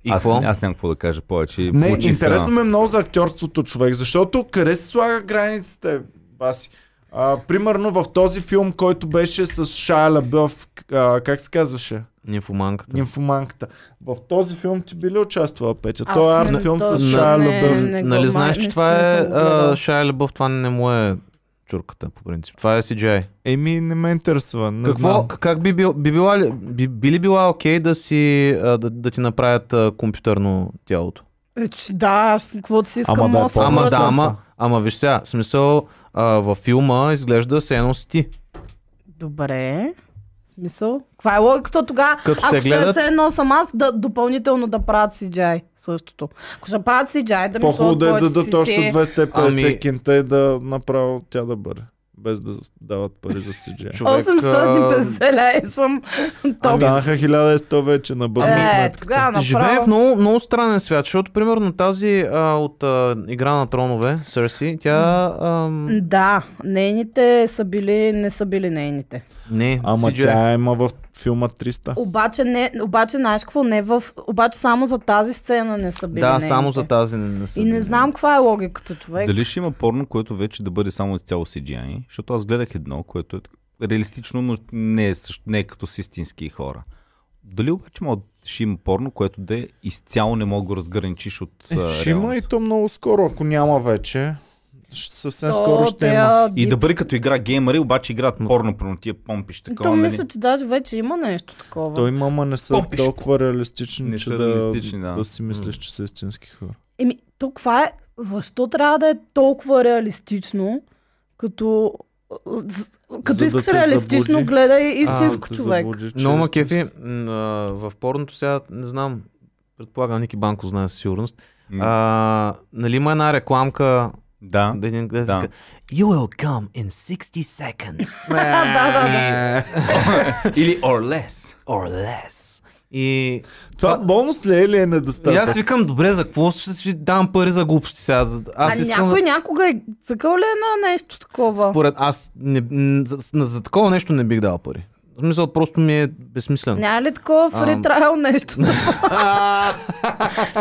[SPEAKER 5] И
[SPEAKER 3] аз,
[SPEAKER 5] какво?
[SPEAKER 3] аз нямам какво да кажа повече.
[SPEAKER 1] Не,
[SPEAKER 3] Получих,
[SPEAKER 1] интересно
[SPEAKER 3] а,
[SPEAKER 1] ми е много за актьорството човек, защото къде се слага границите, баси? А, примерно в този филм, който беше с Шая Лабъв, как се казваше?
[SPEAKER 5] Нимфоманката.
[SPEAKER 1] Нимфоманката. В този филм ти би ли участвала, Петя?
[SPEAKER 2] Аз
[SPEAKER 1] Той е
[SPEAKER 2] не,
[SPEAKER 1] арт филм с
[SPEAKER 2] този
[SPEAKER 1] Шая
[SPEAKER 2] не,
[SPEAKER 1] Лабъв.
[SPEAKER 2] не го
[SPEAKER 5] нали
[SPEAKER 2] май-
[SPEAKER 5] знаеш, че
[SPEAKER 2] мисля,
[SPEAKER 5] това
[SPEAKER 2] не
[SPEAKER 5] е
[SPEAKER 2] съм го гледала.
[SPEAKER 5] а, Шая Любов, това не му е чурката по принцип. Това е CGI.
[SPEAKER 1] Еми, не ме интересува. Не
[SPEAKER 5] Какво,
[SPEAKER 1] знам.
[SPEAKER 2] Ами,
[SPEAKER 5] как би, бил, би, била, ли- би, би ли била окей да, си, а, да, да ти направят а, компютърно тялото?
[SPEAKER 2] Е, че Да, аз каквото си искам,
[SPEAKER 1] Ама да е
[SPEAKER 2] мога
[SPEAKER 1] по-
[SPEAKER 2] да,
[SPEAKER 5] ама
[SPEAKER 1] може
[SPEAKER 5] да,
[SPEAKER 1] да.
[SPEAKER 5] ама, ама виж сега, смисъл а, във филма изглежда се едно си ти.
[SPEAKER 2] Добре. В Смисъл? Каква е логиката тогава?
[SPEAKER 5] Като
[SPEAKER 2] Ако
[SPEAKER 5] те гледат-
[SPEAKER 2] ще се едно съм аз, да, допълнително да правят CGI същото. Ако ще правят CGI, да ми
[SPEAKER 1] По-хубаво да е
[SPEAKER 2] сложат
[SPEAKER 1] да дадат
[SPEAKER 2] повече
[SPEAKER 1] още
[SPEAKER 2] цици.
[SPEAKER 1] 250
[SPEAKER 5] Ами-
[SPEAKER 1] кинта и да направо тя да бъде. Без да дават пари за CGI.
[SPEAKER 5] човек,
[SPEAKER 2] 850 ля и съм топ.
[SPEAKER 1] Ами, Станаха 1100 вече на бъдна
[SPEAKER 2] Е,
[SPEAKER 1] сметка.
[SPEAKER 2] тогава
[SPEAKER 5] Живее в
[SPEAKER 2] направо.
[SPEAKER 5] много, много странен свят, защото примерно тази а, от а, Игра на тронове, Сърси, тя ам,
[SPEAKER 2] Да, нейните са били, не са били нейните.
[SPEAKER 5] не,
[SPEAKER 1] Ама
[SPEAKER 5] CGI.
[SPEAKER 1] тя е- има в филма 300.
[SPEAKER 2] Обаче, не, обаче, знаеш какво, не в, обаче само за тази сцена не са били
[SPEAKER 5] да,
[SPEAKER 2] нейните.
[SPEAKER 5] само за тази не, не са
[SPEAKER 2] И не
[SPEAKER 5] били.
[SPEAKER 2] знам каква е логиката, човек.
[SPEAKER 3] Дали ще има порно, което вече да бъде само изцяло CGI? Защото аз гледах едно, което е реалистично, но не е, същ- не е като с истински хора. Дали обаче мога, ще има порно, което да е изцяло не мога да го разграничиш от а,
[SPEAKER 1] Е, ще има и
[SPEAKER 3] реалното?
[SPEAKER 1] то много скоро, ако няма вече. Ще, съвсем
[SPEAKER 2] То,
[SPEAKER 1] скоро ще има.
[SPEAKER 2] тя
[SPEAKER 3] И
[SPEAKER 2] дип-
[SPEAKER 3] да бъде като игра геймъри, обаче играят порно, прено тия помпиш, такова,
[SPEAKER 2] То
[SPEAKER 3] нали?
[SPEAKER 2] мисля, че даже вече има нещо такова.
[SPEAKER 1] Той има, ама не са
[SPEAKER 3] Помпиш.
[SPEAKER 1] толкова реалистични,
[SPEAKER 3] Не
[SPEAKER 1] че
[SPEAKER 3] са
[SPEAKER 1] да,
[SPEAKER 3] реалистични, да.
[SPEAKER 1] да си мислиш, че са истински хора.
[SPEAKER 2] Еми, то това е... Защо трябва да е толкова реалистично, като... з- Като
[SPEAKER 1] За да
[SPEAKER 2] искаш
[SPEAKER 1] те
[SPEAKER 2] реалистично,
[SPEAKER 1] заблуди.
[SPEAKER 2] гледай
[SPEAKER 1] За
[SPEAKER 2] истинско
[SPEAKER 1] да те
[SPEAKER 2] човек.
[SPEAKER 1] заблуди, че
[SPEAKER 5] Но ма
[SPEAKER 1] е истински.
[SPEAKER 5] кефи, м, а, в порното сега, не знам, предполагам Ники Банко знае със сигурност.
[SPEAKER 3] М.
[SPEAKER 5] А, нали има една рекламка,
[SPEAKER 3] Да.
[SPEAKER 5] да един гледа
[SPEAKER 3] Да.
[SPEAKER 5] така, You will come in 60
[SPEAKER 2] (laughs)
[SPEAKER 5] seconds
[SPEAKER 2] да, да,
[SPEAKER 5] Е,
[SPEAKER 2] да.
[SPEAKER 3] (laughs) Или or less.
[SPEAKER 5] or less. И,
[SPEAKER 1] Това бонус ли е или е недостатък?
[SPEAKER 5] и аз викам, добре, за какво ще си дам пари за глупости сега? Аз
[SPEAKER 2] а
[SPEAKER 5] искам да-
[SPEAKER 2] Ами някой някога е цъкал ли е на нещо такова?
[SPEAKER 5] Според аз не, м, за, за, за такова нещо не бих дал пари. В смисъл, просто ми е безсмислено.
[SPEAKER 2] Няма ли такова
[SPEAKER 5] Ам.
[SPEAKER 2] фри трайл
[SPEAKER 5] (laughs)
[SPEAKER 2] нещо?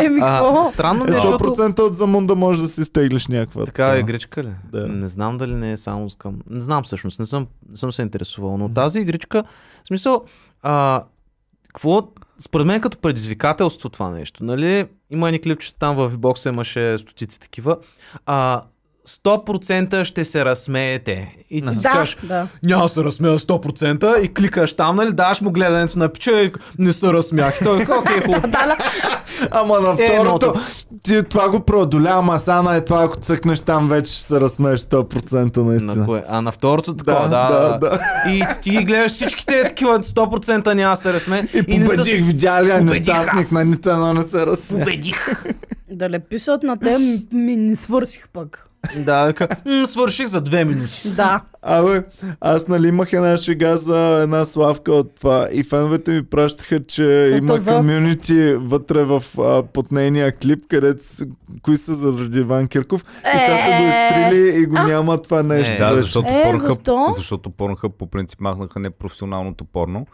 [SPEAKER 2] Еми,
[SPEAKER 5] А,
[SPEAKER 2] какво?
[SPEAKER 5] странно ми
[SPEAKER 1] Е,
[SPEAKER 5] е, защото...
[SPEAKER 1] 100% от замунда може да си изтеглиш някаква.
[SPEAKER 5] Така е игричка ли?
[SPEAKER 1] Да.
[SPEAKER 5] Не знам дали не е само с към... Не знам всъщност, не съм, не съм се интересувал, но тази игричка... В смисъл, а, какво... Според мен е като предизвикателство това нещо, нали? Има едни клипчета там в V-Box, имаше стотици такива. А, 100% ще се разсмеете. И ти си
[SPEAKER 2] Да,
[SPEAKER 5] кажеш,
[SPEAKER 2] да.
[SPEAKER 4] Няма да се разсмея 100% и кликаш там, нали, даваш му гледането на пича и не се разсмях. И Той е окей, хубаво.
[SPEAKER 1] Ама на
[SPEAKER 5] Е,
[SPEAKER 1] второто,
[SPEAKER 5] едното.
[SPEAKER 1] ти това го преодоля, ама сана е това, ако цъкнеш там, вече ще се разсмееш 100%
[SPEAKER 5] На
[SPEAKER 1] наистина.
[SPEAKER 5] кое? А на второто такова, да, да, да, И ти ги гледаш всичките такива 100% няма да се разсме.
[SPEAKER 1] И победих, видя ли, а нещастник
[SPEAKER 5] аз.
[SPEAKER 1] на нито едно не се разсмя.
[SPEAKER 2] Да ле пишат на те, ми, ми не свърших пък.
[SPEAKER 5] С... Да, така, «М, свърших за две минути.
[SPEAKER 2] Да.
[SPEAKER 1] Абе, аз нали имах една шега за една славка от това и феновете ми пращаха, че има
[SPEAKER 2] за-
[SPEAKER 1] комюнити вътре в а, под нейния клип, където с- кои са заради Иван Кирков и сега са го
[SPEAKER 5] Е.
[SPEAKER 1] изтрили и го няма това нещо.
[SPEAKER 5] Да,
[SPEAKER 3] Да,
[SPEAKER 1] вече.
[SPEAKER 3] защото,
[SPEAKER 2] Е,
[SPEAKER 3] Pornhub,
[SPEAKER 2] защо?
[SPEAKER 3] защото Pornhub по принцип махнаха непрофесионалното порно,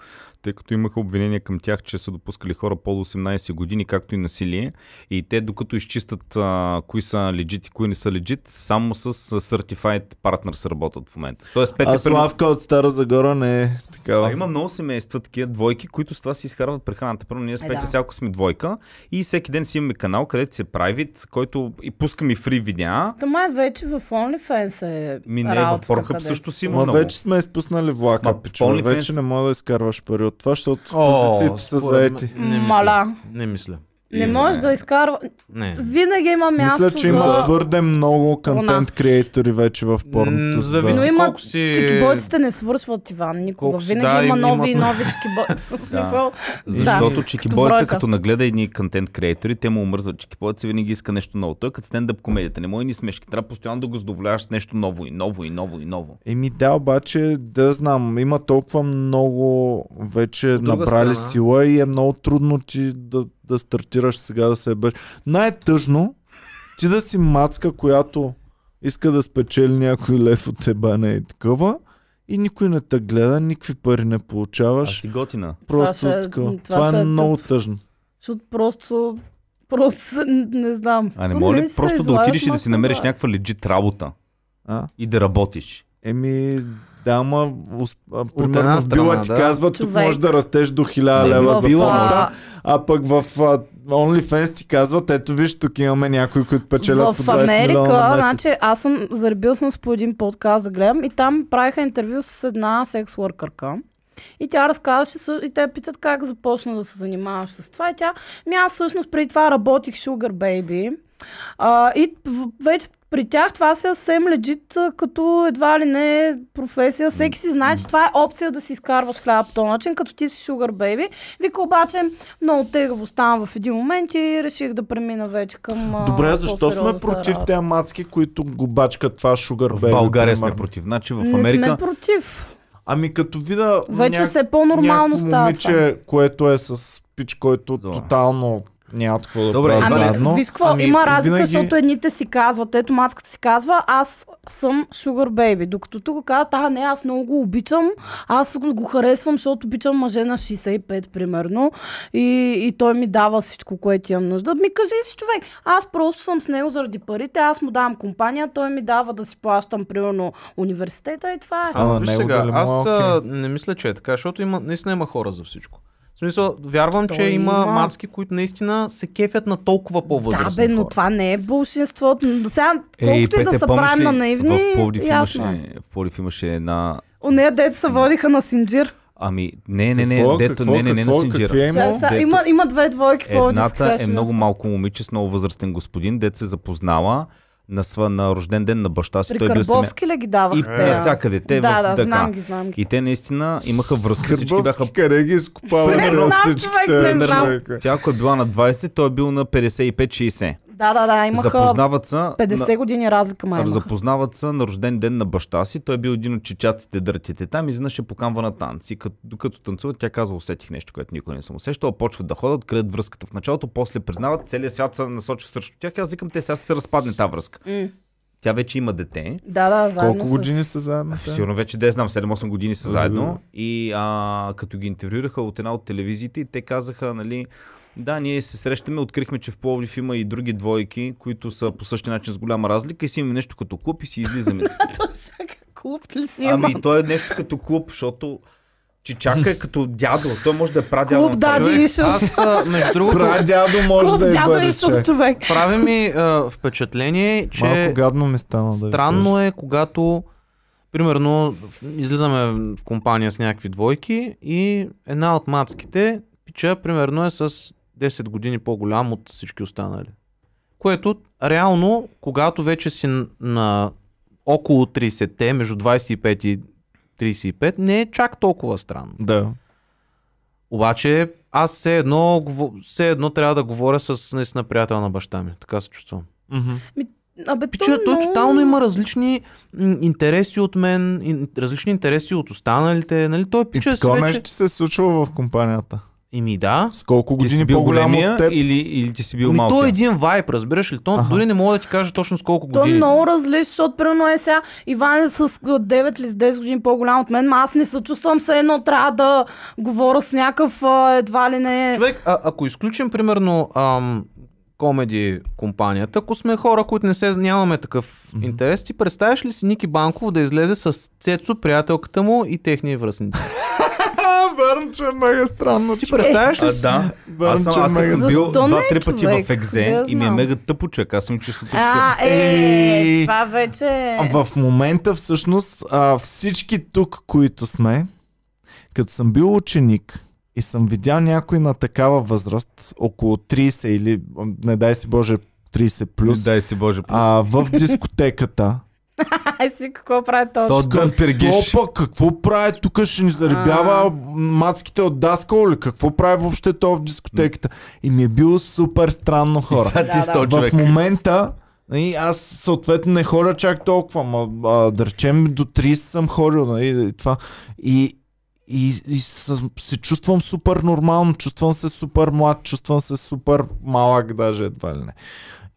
[SPEAKER 3] тъй като имаха обвинения към тях, че са допускали хора под 18 години, както и насилие. И те, докато изчистат а, кои са легит и кои не са легит, само с а, Certified Partners работят в момента. Тоест, пет
[SPEAKER 1] А
[SPEAKER 3] е примерно...
[SPEAKER 1] Славка от Стара Загора не е
[SPEAKER 3] А,
[SPEAKER 1] такава.
[SPEAKER 3] има много семейства, такива двойки, които с това си изхарват прехраната. Първо, ние с
[SPEAKER 2] Е,
[SPEAKER 3] Петя
[SPEAKER 2] да.
[SPEAKER 3] сега ако сме двойка и всеки ден си имаме канал, където си е private, който и пускаме и фри видеа.
[SPEAKER 2] То май вече в OnlyFans е
[SPEAKER 3] Ми не, в
[SPEAKER 2] работата,
[SPEAKER 3] Pornhub
[SPEAKER 2] където
[SPEAKER 3] също си има
[SPEAKER 1] Ма
[SPEAKER 3] много.
[SPEAKER 1] вече сме изпуснали влака,
[SPEAKER 3] Ма,
[SPEAKER 1] пичове.
[SPEAKER 3] OnlyFans-
[SPEAKER 1] Вече не мога да изкарваш пари от това, защото
[SPEAKER 5] О,
[SPEAKER 1] позициите са
[SPEAKER 5] според мен-
[SPEAKER 1] заети.
[SPEAKER 5] Не мисля.
[SPEAKER 2] Маля.
[SPEAKER 5] Не мисля.
[SPEAKER 2] Не може да изкарва.
[SPEAKER 5] Не.
[SPEAKER 2] Винаги има
[SPEAKER 5] Ами
[SPEAKER 2] място.
[SPEAKER 1] Мисля, че
[SPEAKER 2] за...
[SPEAKER 1] има твърде много контент креатори вече в порното.
[SPEAKER 5] М,
[SPEAKER 1] за
[SPEAKER 5] зависи.
[SPEAKER 1] да.
[SPEAKER 2] Но има
[SPEAKER 5] колко си-
[SPEAKER 2] чекибойците не свършват, Иван, никога.
[SPEAKER 5] Колко си-
[SPEAKER 2] Винаги
[SPEAKER 5] да,
[SPEAKER 2] има
[SPEAKER 5] им-
[SPEAKER 2] нови и
[SPEAKER 5] имат-
[SPEAKER 2] нови чекибойци. (laughs) В смисъл,
[SPEAKER 3] Защото
[SPEAKER 2] да.
[SPEAKER 3] чекибойца,
[SPEAKER 2] бройка.
[SPEAKER 3] като, нагледа едни контент креатори, те му омързват чекибойца, винаги иска нещо ново. Той е като стендъп комедията. Не може ни смешки. Трябва постоянно да го задоволяваш с нещо ново и ново и ново и ново.
[SPEAKER 1] Еми да, обаче да знам, има толкова много вече
[SPEAKER 5] друга
[SPEAKER 1] набрали
[SPEAKER 5] страна-
[SPEAKER 1] сила и е много трудно ти да, да стартираш сега да се беше. Най-тъжно ти да си мацка, която иска да спечели някой лев от тебе, не е такава. И никой не те гледа, никакви пари не
[SPEAKER 3] А
[SPEAKER 1] получаваш.
[SPEAKER 3] си готина.
[SPEAKER 1] Просто
[SPEAKER 2] ще е-
[SPEAKER 1] това, такова.
[SPEAKER 2] това
[SPEAKER 1] това,
[SPEAKER 2] ще
[SPEAKER 1] е,
[SPEAKER 2] е
[SPEAKER 1] много тъжно.
[SPEAKER 2] Защото просто... Просто (laughs) се- не знам.
[SPEAKER 3] А не
[SPEAKER 2] То
[SPEAKER 3] може ли
[SPEAKER 2] се
[SPEAKER 3] просто да
[SPEAKER 2] излагаш,
[SPEAKER 3] отидеш и да
[SPEAKER 2] ма
[SPEAKER 3] си намериш
[SPEAKER 2] излагаш.
[SPEAKER 3] някаква легит работа
[SPEAKER 1] А?
[SPEAKER 3] и да работиш?
[SPEAKER 1] Еми, да, ма, ус- а, примерно
[SPEAKER 5] една
[SPEAKER 1] в била
[SPEAKER 5] страна,
[SPEAKER 1] ти
[SPEAKER 5] да.
[SPEAKER 1] казват, тук
[SPEAKER 2] Човек.
[SPEAKER 1] можеш да растеш до 1000
[SPEAKER 3] Не,
[SPEAKER 1] лева
[SPEAKER 3] в
[SPEAKER 1] за
[SPEAKER 3] била
[SPEAKER 1] фонда,
[SPEAKER 2] може.
[SPEAKER 1] а пък в а, OnlyFans ти казват, ето виж, тук имаме някои, които печелят по
[SPEAKER 2] в
[SPEAKER 1] 20
[SPEAKER 2] Америка,
[SPEAKER 1] милиона на месец.
[SPEAKER 2] значи аз съм заребил съм с по един подкаст да гледам и там правиха интервю с една секс-лъркърка. И тя разказваше, съ- и те питат как започна да се занимаваш с това. И тя, ми аз всъщност преди това работих Sugar Baby. А, и в- вече при тях това се е съвсем легит, а, като едва ли не е професия. Всеки си знае, че това е опция да си изкарваш хляба по този начин, като ти си Sugar Baby. Вика обаче, много тегаво стана в един момент и реших да премина вече към а,
[SPEAKER 1] Добре, защо сме
[SPEAKER 2] по-сериозната
[SPEAKER 1] против
[SPEAKER 2] работа?
[SPEAKER 1] тези мацки, които го бачкат това Sugar
[SPEAKER 3] В
[SPEAKER 1] Baby,
[SPEAKER 3] България сме
[SPEAKER 1] примерно?
[SPEAKER 3] против. Значи в
[SPEAKER 2] Не сме
[SPEAKER 3] Америка
[SPEAKER 2] против.
[SPEAKER 1] Ами като видя
[SPEAKER 2] Вече
[SPEAKER 1] няк-
[SPEAKER 2] все по-нормално
[SPEAKER 1] някакво
[SPEAKER 2] става това.
[SPEAKER 1] момиче, което е с пич, който
[SPEAKER 3] Да.
[SPEAKER 1] тотално няма какво да
[SPEAKER 3] Добре,
[SPEAKER 1] правят
[SPEAKER 3] Едва
[SPEAKER 2] Ами,
[SPEAKER 3] ли?
[SPEAKER 1] заедно.
[SPEAKER 2] виж какво,
[SPEAKER 1] Ами,
[SPEAKER 2] има разлика,
[SPEAKER 1] винаги-
[SPEAKER 2] защото е- едните си казват, ето мацката си казва, аз съм Sugar Baby, докато тук казват, а не, аз много го обичам, аз го харесвам, защото обичам мъже на 65, примерно, и, и той ми дава всичко, което имам нужда. Ми кажи си, човек, аз просто съм с него заради парите, аз му давам компания, той ми дава да си плащам, примерно, университета и това е.
[SPEAKER 1] А,
[SPEAKER 5] Ама виж
[SPEAKER 1] него
[SPEAKER 5] сега,
[SPEAKER 1] дали му е
[SPEAKER 5] аз а,
[SPEAKER 1] окей?
[SPEAKER 5] не мисля, че е така, защото има, наистина има хора за всичко. В смисъл, вярвам,
[SPEAKER 2] То
[SPEAKER 5] че има
[SPEAKER 2] има.
[SPEAKER 5] мацки, които наистина се кефят на толкова
[SPEAKER 2] Да,
[SPEAKER 5] по-възрастни
[SPEAKER 2] бе, но
[SPEAKER 5] хора.
[SPEAKER 2] това не е бълшинството. До Сега, колкото и да
[SPEAKER 3] Пете,
[SPEAKER 2] се
[SPEAKER 3] помниш
[SPEAKER 2] правим
[SPEAKER 3] ли,
[SPEAKER 2] на наивни,
[SPEAKER 3] В Пловдив,
[SPEAKER 2] ясно. е.
[SPEAKER 3] имаше, в Пловдив имаше една...
[SPEAKER 2] Онея деца се водиха на синджир.
[SPEAKER 3] Ами, не, не, не,
[SPEAKER 1] Какво?
[SPEAKER 3] дето,
[SPEAKER 1] Какво?
[SPEAKER 3] не, не, не,
[SPEAKER 1] Какво?
[SPEAKER 3] на Синджира.
[SPEAKER 1] Какви е имало?
[SPEAKER 2] Сега, сега,
[SPEAKER 3] Дето-
[SPEAKER 2] има, има две двойки повече.
[SPEAKER 3] Едната е много малко момиче с много възрастен господин, дет се запознала на, сва, на рожден ден на баща си.
[SPEAKER 2] При
[SPEAKER 3] той е бил семя...
[SPEAKER 2] Карбовски ли ги
[SPEAKER 3] И
[SPEAKER 2] давах те?
[SPEAKER 3] навсякъде. Те
[SPEAKER 2] да,
[SPEAKER 3] в,
[SPEAKER 2] да,
[SPEAKER 3] така.
[SPEAKER 2] знам ги, знам ги.
[SPEAKER 3] И те наистина имаха връзка. Всички бяха...
[SPEAKER 1] Кърбовски къде ги изкупава
[SPEAKER 2] Не знам, човек, не знам.
[SPEAKER 3] Тя ако е била на 20, той е бил на 55-60.
[SPEAKER 2] Да, да, да, имаха
[SPEAKER 3] Запознават се...
[SPEAKER 2] 50 години разлика май
[SPEAKER 3] на...
[SPEAKER 2] имаха.
[SPEAKER 3] Запознават се на рожден ден на баща си. Той е бил един от чичаците дъртите там. Изведнъж е поканва на танци. Като, докато танцуват, тя казва, усетих нещо, което никога не съм усещал. Почват да ходят, крият връзката в началото, после признават, целият свят се насочва срещу тях. И Аз викам, те сега ще се разпадне тази връзка.
[SPEAKER 2] М.
[SPEAKER 3] Тя вече има дете.
[SPEAKER 2] Да, да, заедно
[SPEAKER 1] Колко
[SPEAKER 2] с-
[SPEAKER 1] години са заедно? те?
[SPEAKER 3] Сигурно вече, да я знам, 7-8 години са
[SPEAKER 1] Да.
[SPEAKER 3] заедно. И а, като ги интервюираха от една от телевизиите, и те казаха, нали, да, ние се срещаме, открихме, че в Пловдив има и други двойки, които са по същия начин с голяма разлика и си имаме нещо като клуб и си излизаме.
[SPEAKER 2] (laughs) Всяка Клуб ли си има?
[SPEAKER 3] ами, той е нещо като клуб, защото Чичака е като дядо, той може да е прадядо.
[SPEAKER 2] Клуб
[SPEAKER 3] на това
[SPEAKER 2] Дади
[SPEAKER 3] човек.
[SPEAKER 2] Ишов.
[SPEAKER 5] Аз, а, между другото,
[SPEAKER 1] Прадядо може
[SPEAKER 2] Клуб
[SPEAKER 1] да е
[SPEAKER 2] дядо
[SPEAKER 1] бъде
[SPEAKER 2] Ишов
[SPEAKER 1] човек.
[SPEAKER 2] човек.
[SPEAKER 5] прави ми а, впечатление,
[SPEAKER 1] Малко
[SPEAKER 5] че
[SPEAKER 1] гадно ми стана да ви кажа.
[SPEAKER 5] странно е, когато примерно в- излизаме в компания с някакви двойки и една от мацките пича примерно е с 10 години по-голям от всички останали. Което реално, когато вече си на около 30-те, между 25 и 35, не е чак толкова странно.
[SPEAKER 1] Да.
[SPEAKER 5] Обаче аз все едно, гово- все едно трябва да говоря с наистина приятел на баща ми. Така се чувствам.
[SPEAKER 1] Мгм.
[SPEAKER 2] Абе,
[SPEAKER 5] Пича, той
[SPEAKER 2] много-
[SPEAKER 5] тотално има различни м, интереси от мен, ин- различни интереси от останалите. Нали? Той
[SPEAKER 1] И
[SPEAKER 5] пича си
[SPEAKER 1] такова
[SPEAKER 5] вече...
[SPEAKER 1] нещо се случва в компанията.
[SPEAKER 5] Ими да.
[SPEAKER 1] С колко
[SPEAKER 3] Ти си
[SPEAKER 1] години
[SPEAKER 3] бил
[SPEAKER 1] по-голям
[SPEAKER 3] големия
[SPEAKER 1] от теб?
[SPEAKER 3] или, или ти си бил
[SPEAKER 5] Ами
[SPEAKER 3] малкия?
[SPEAKER 5] той е един вайб, разбираш ли? То
[SPEAKER 1] Аха.
[SPEAKER 5] дори не мога да ти кажа точно с колко
[SPEAKER 2] То е
[SPEAKER 5] години.
[SPEAKER 2] много различно, защото примерно е сега Иван е с 9 или с 10 години по-голям от мен, ма аз не се чувствам все едно трябва да говоря с някакъв а, едва ли не...
[SPEAKER 5] Човек, а, ако изключим примерно ам, комеди компанията, ако сме хора, които не се нямаме такъв
[SPEAKER 1] Мгм.
[SPEAKER 5] интерес, ти представяш ли си Ники Банков да излезе с Цецо, приятелката му и техния връзници?
[SPEAKER 1] А, верно, че е мега странно.
[SPEAKER 5] Ти представяш ли
[SPEAKER 3] а,
[SPEAKER 5] си?
[SPEAKER 3] да.
[SPEAKER 1] Верно,
[SPEAKER 3] аз съм,
[SPEAKER 1] че е
[SPEAKER 3] аз като
[SPEAKER 1] мега-
[SPEAKER 3] съм бил
[SPEAKER 2] Защо не,
[SPEAKER 3] два-три пъти
[SPEAKER 2] човек?
[SPEAKER 3] в екзе
[SPEAKER 2] Да
[SPEAKER 3] и ми е
[SPEAKER 2] знам.
[SPEAKER 3] мега тъпо човек. Аз съм чувството, че съм
[SPEAKER 2] А, е,
[SPEAKER 1] Ей.
[SPEAKER 2] това вече е...
[SPEAKER 1] А В момента всъщност а, всички тук, които сме, като съм бил ученик И съм видял някой на такава възраст, около 30 или, м, не дай си Боже, 30 плюс,
[SPEAKER 3] Дай си Боже, плюс.
[SPEAKER 1] а в дискотеката.
[SPEAKER 2] Ай си, какво прави този?
[SPEAKER 3] То Дънпергиш.
[SPEAKER 1] Опа, какво прави тук? Ще ни заребява мацките от даскал или какво прави въобще то в дискотеката? И ми е било супер странно хора.
[SPEAKER 3] Сега ти
[SPEAKER 2] Да,
[SPEAKER 3] сто
[SPEAKER 2] да.
[SPEAKER 1] В
[SPEAKER 3] човек.
[SPEAKER 1] момента и аз съответно не ходя чак толкова, ма, а, да речем до 30 съм ходил, нали, и това. И, и, и съм, се чувствам супер нормално, чувствам се супер млад, чувствам се супер малък даже едва ли не.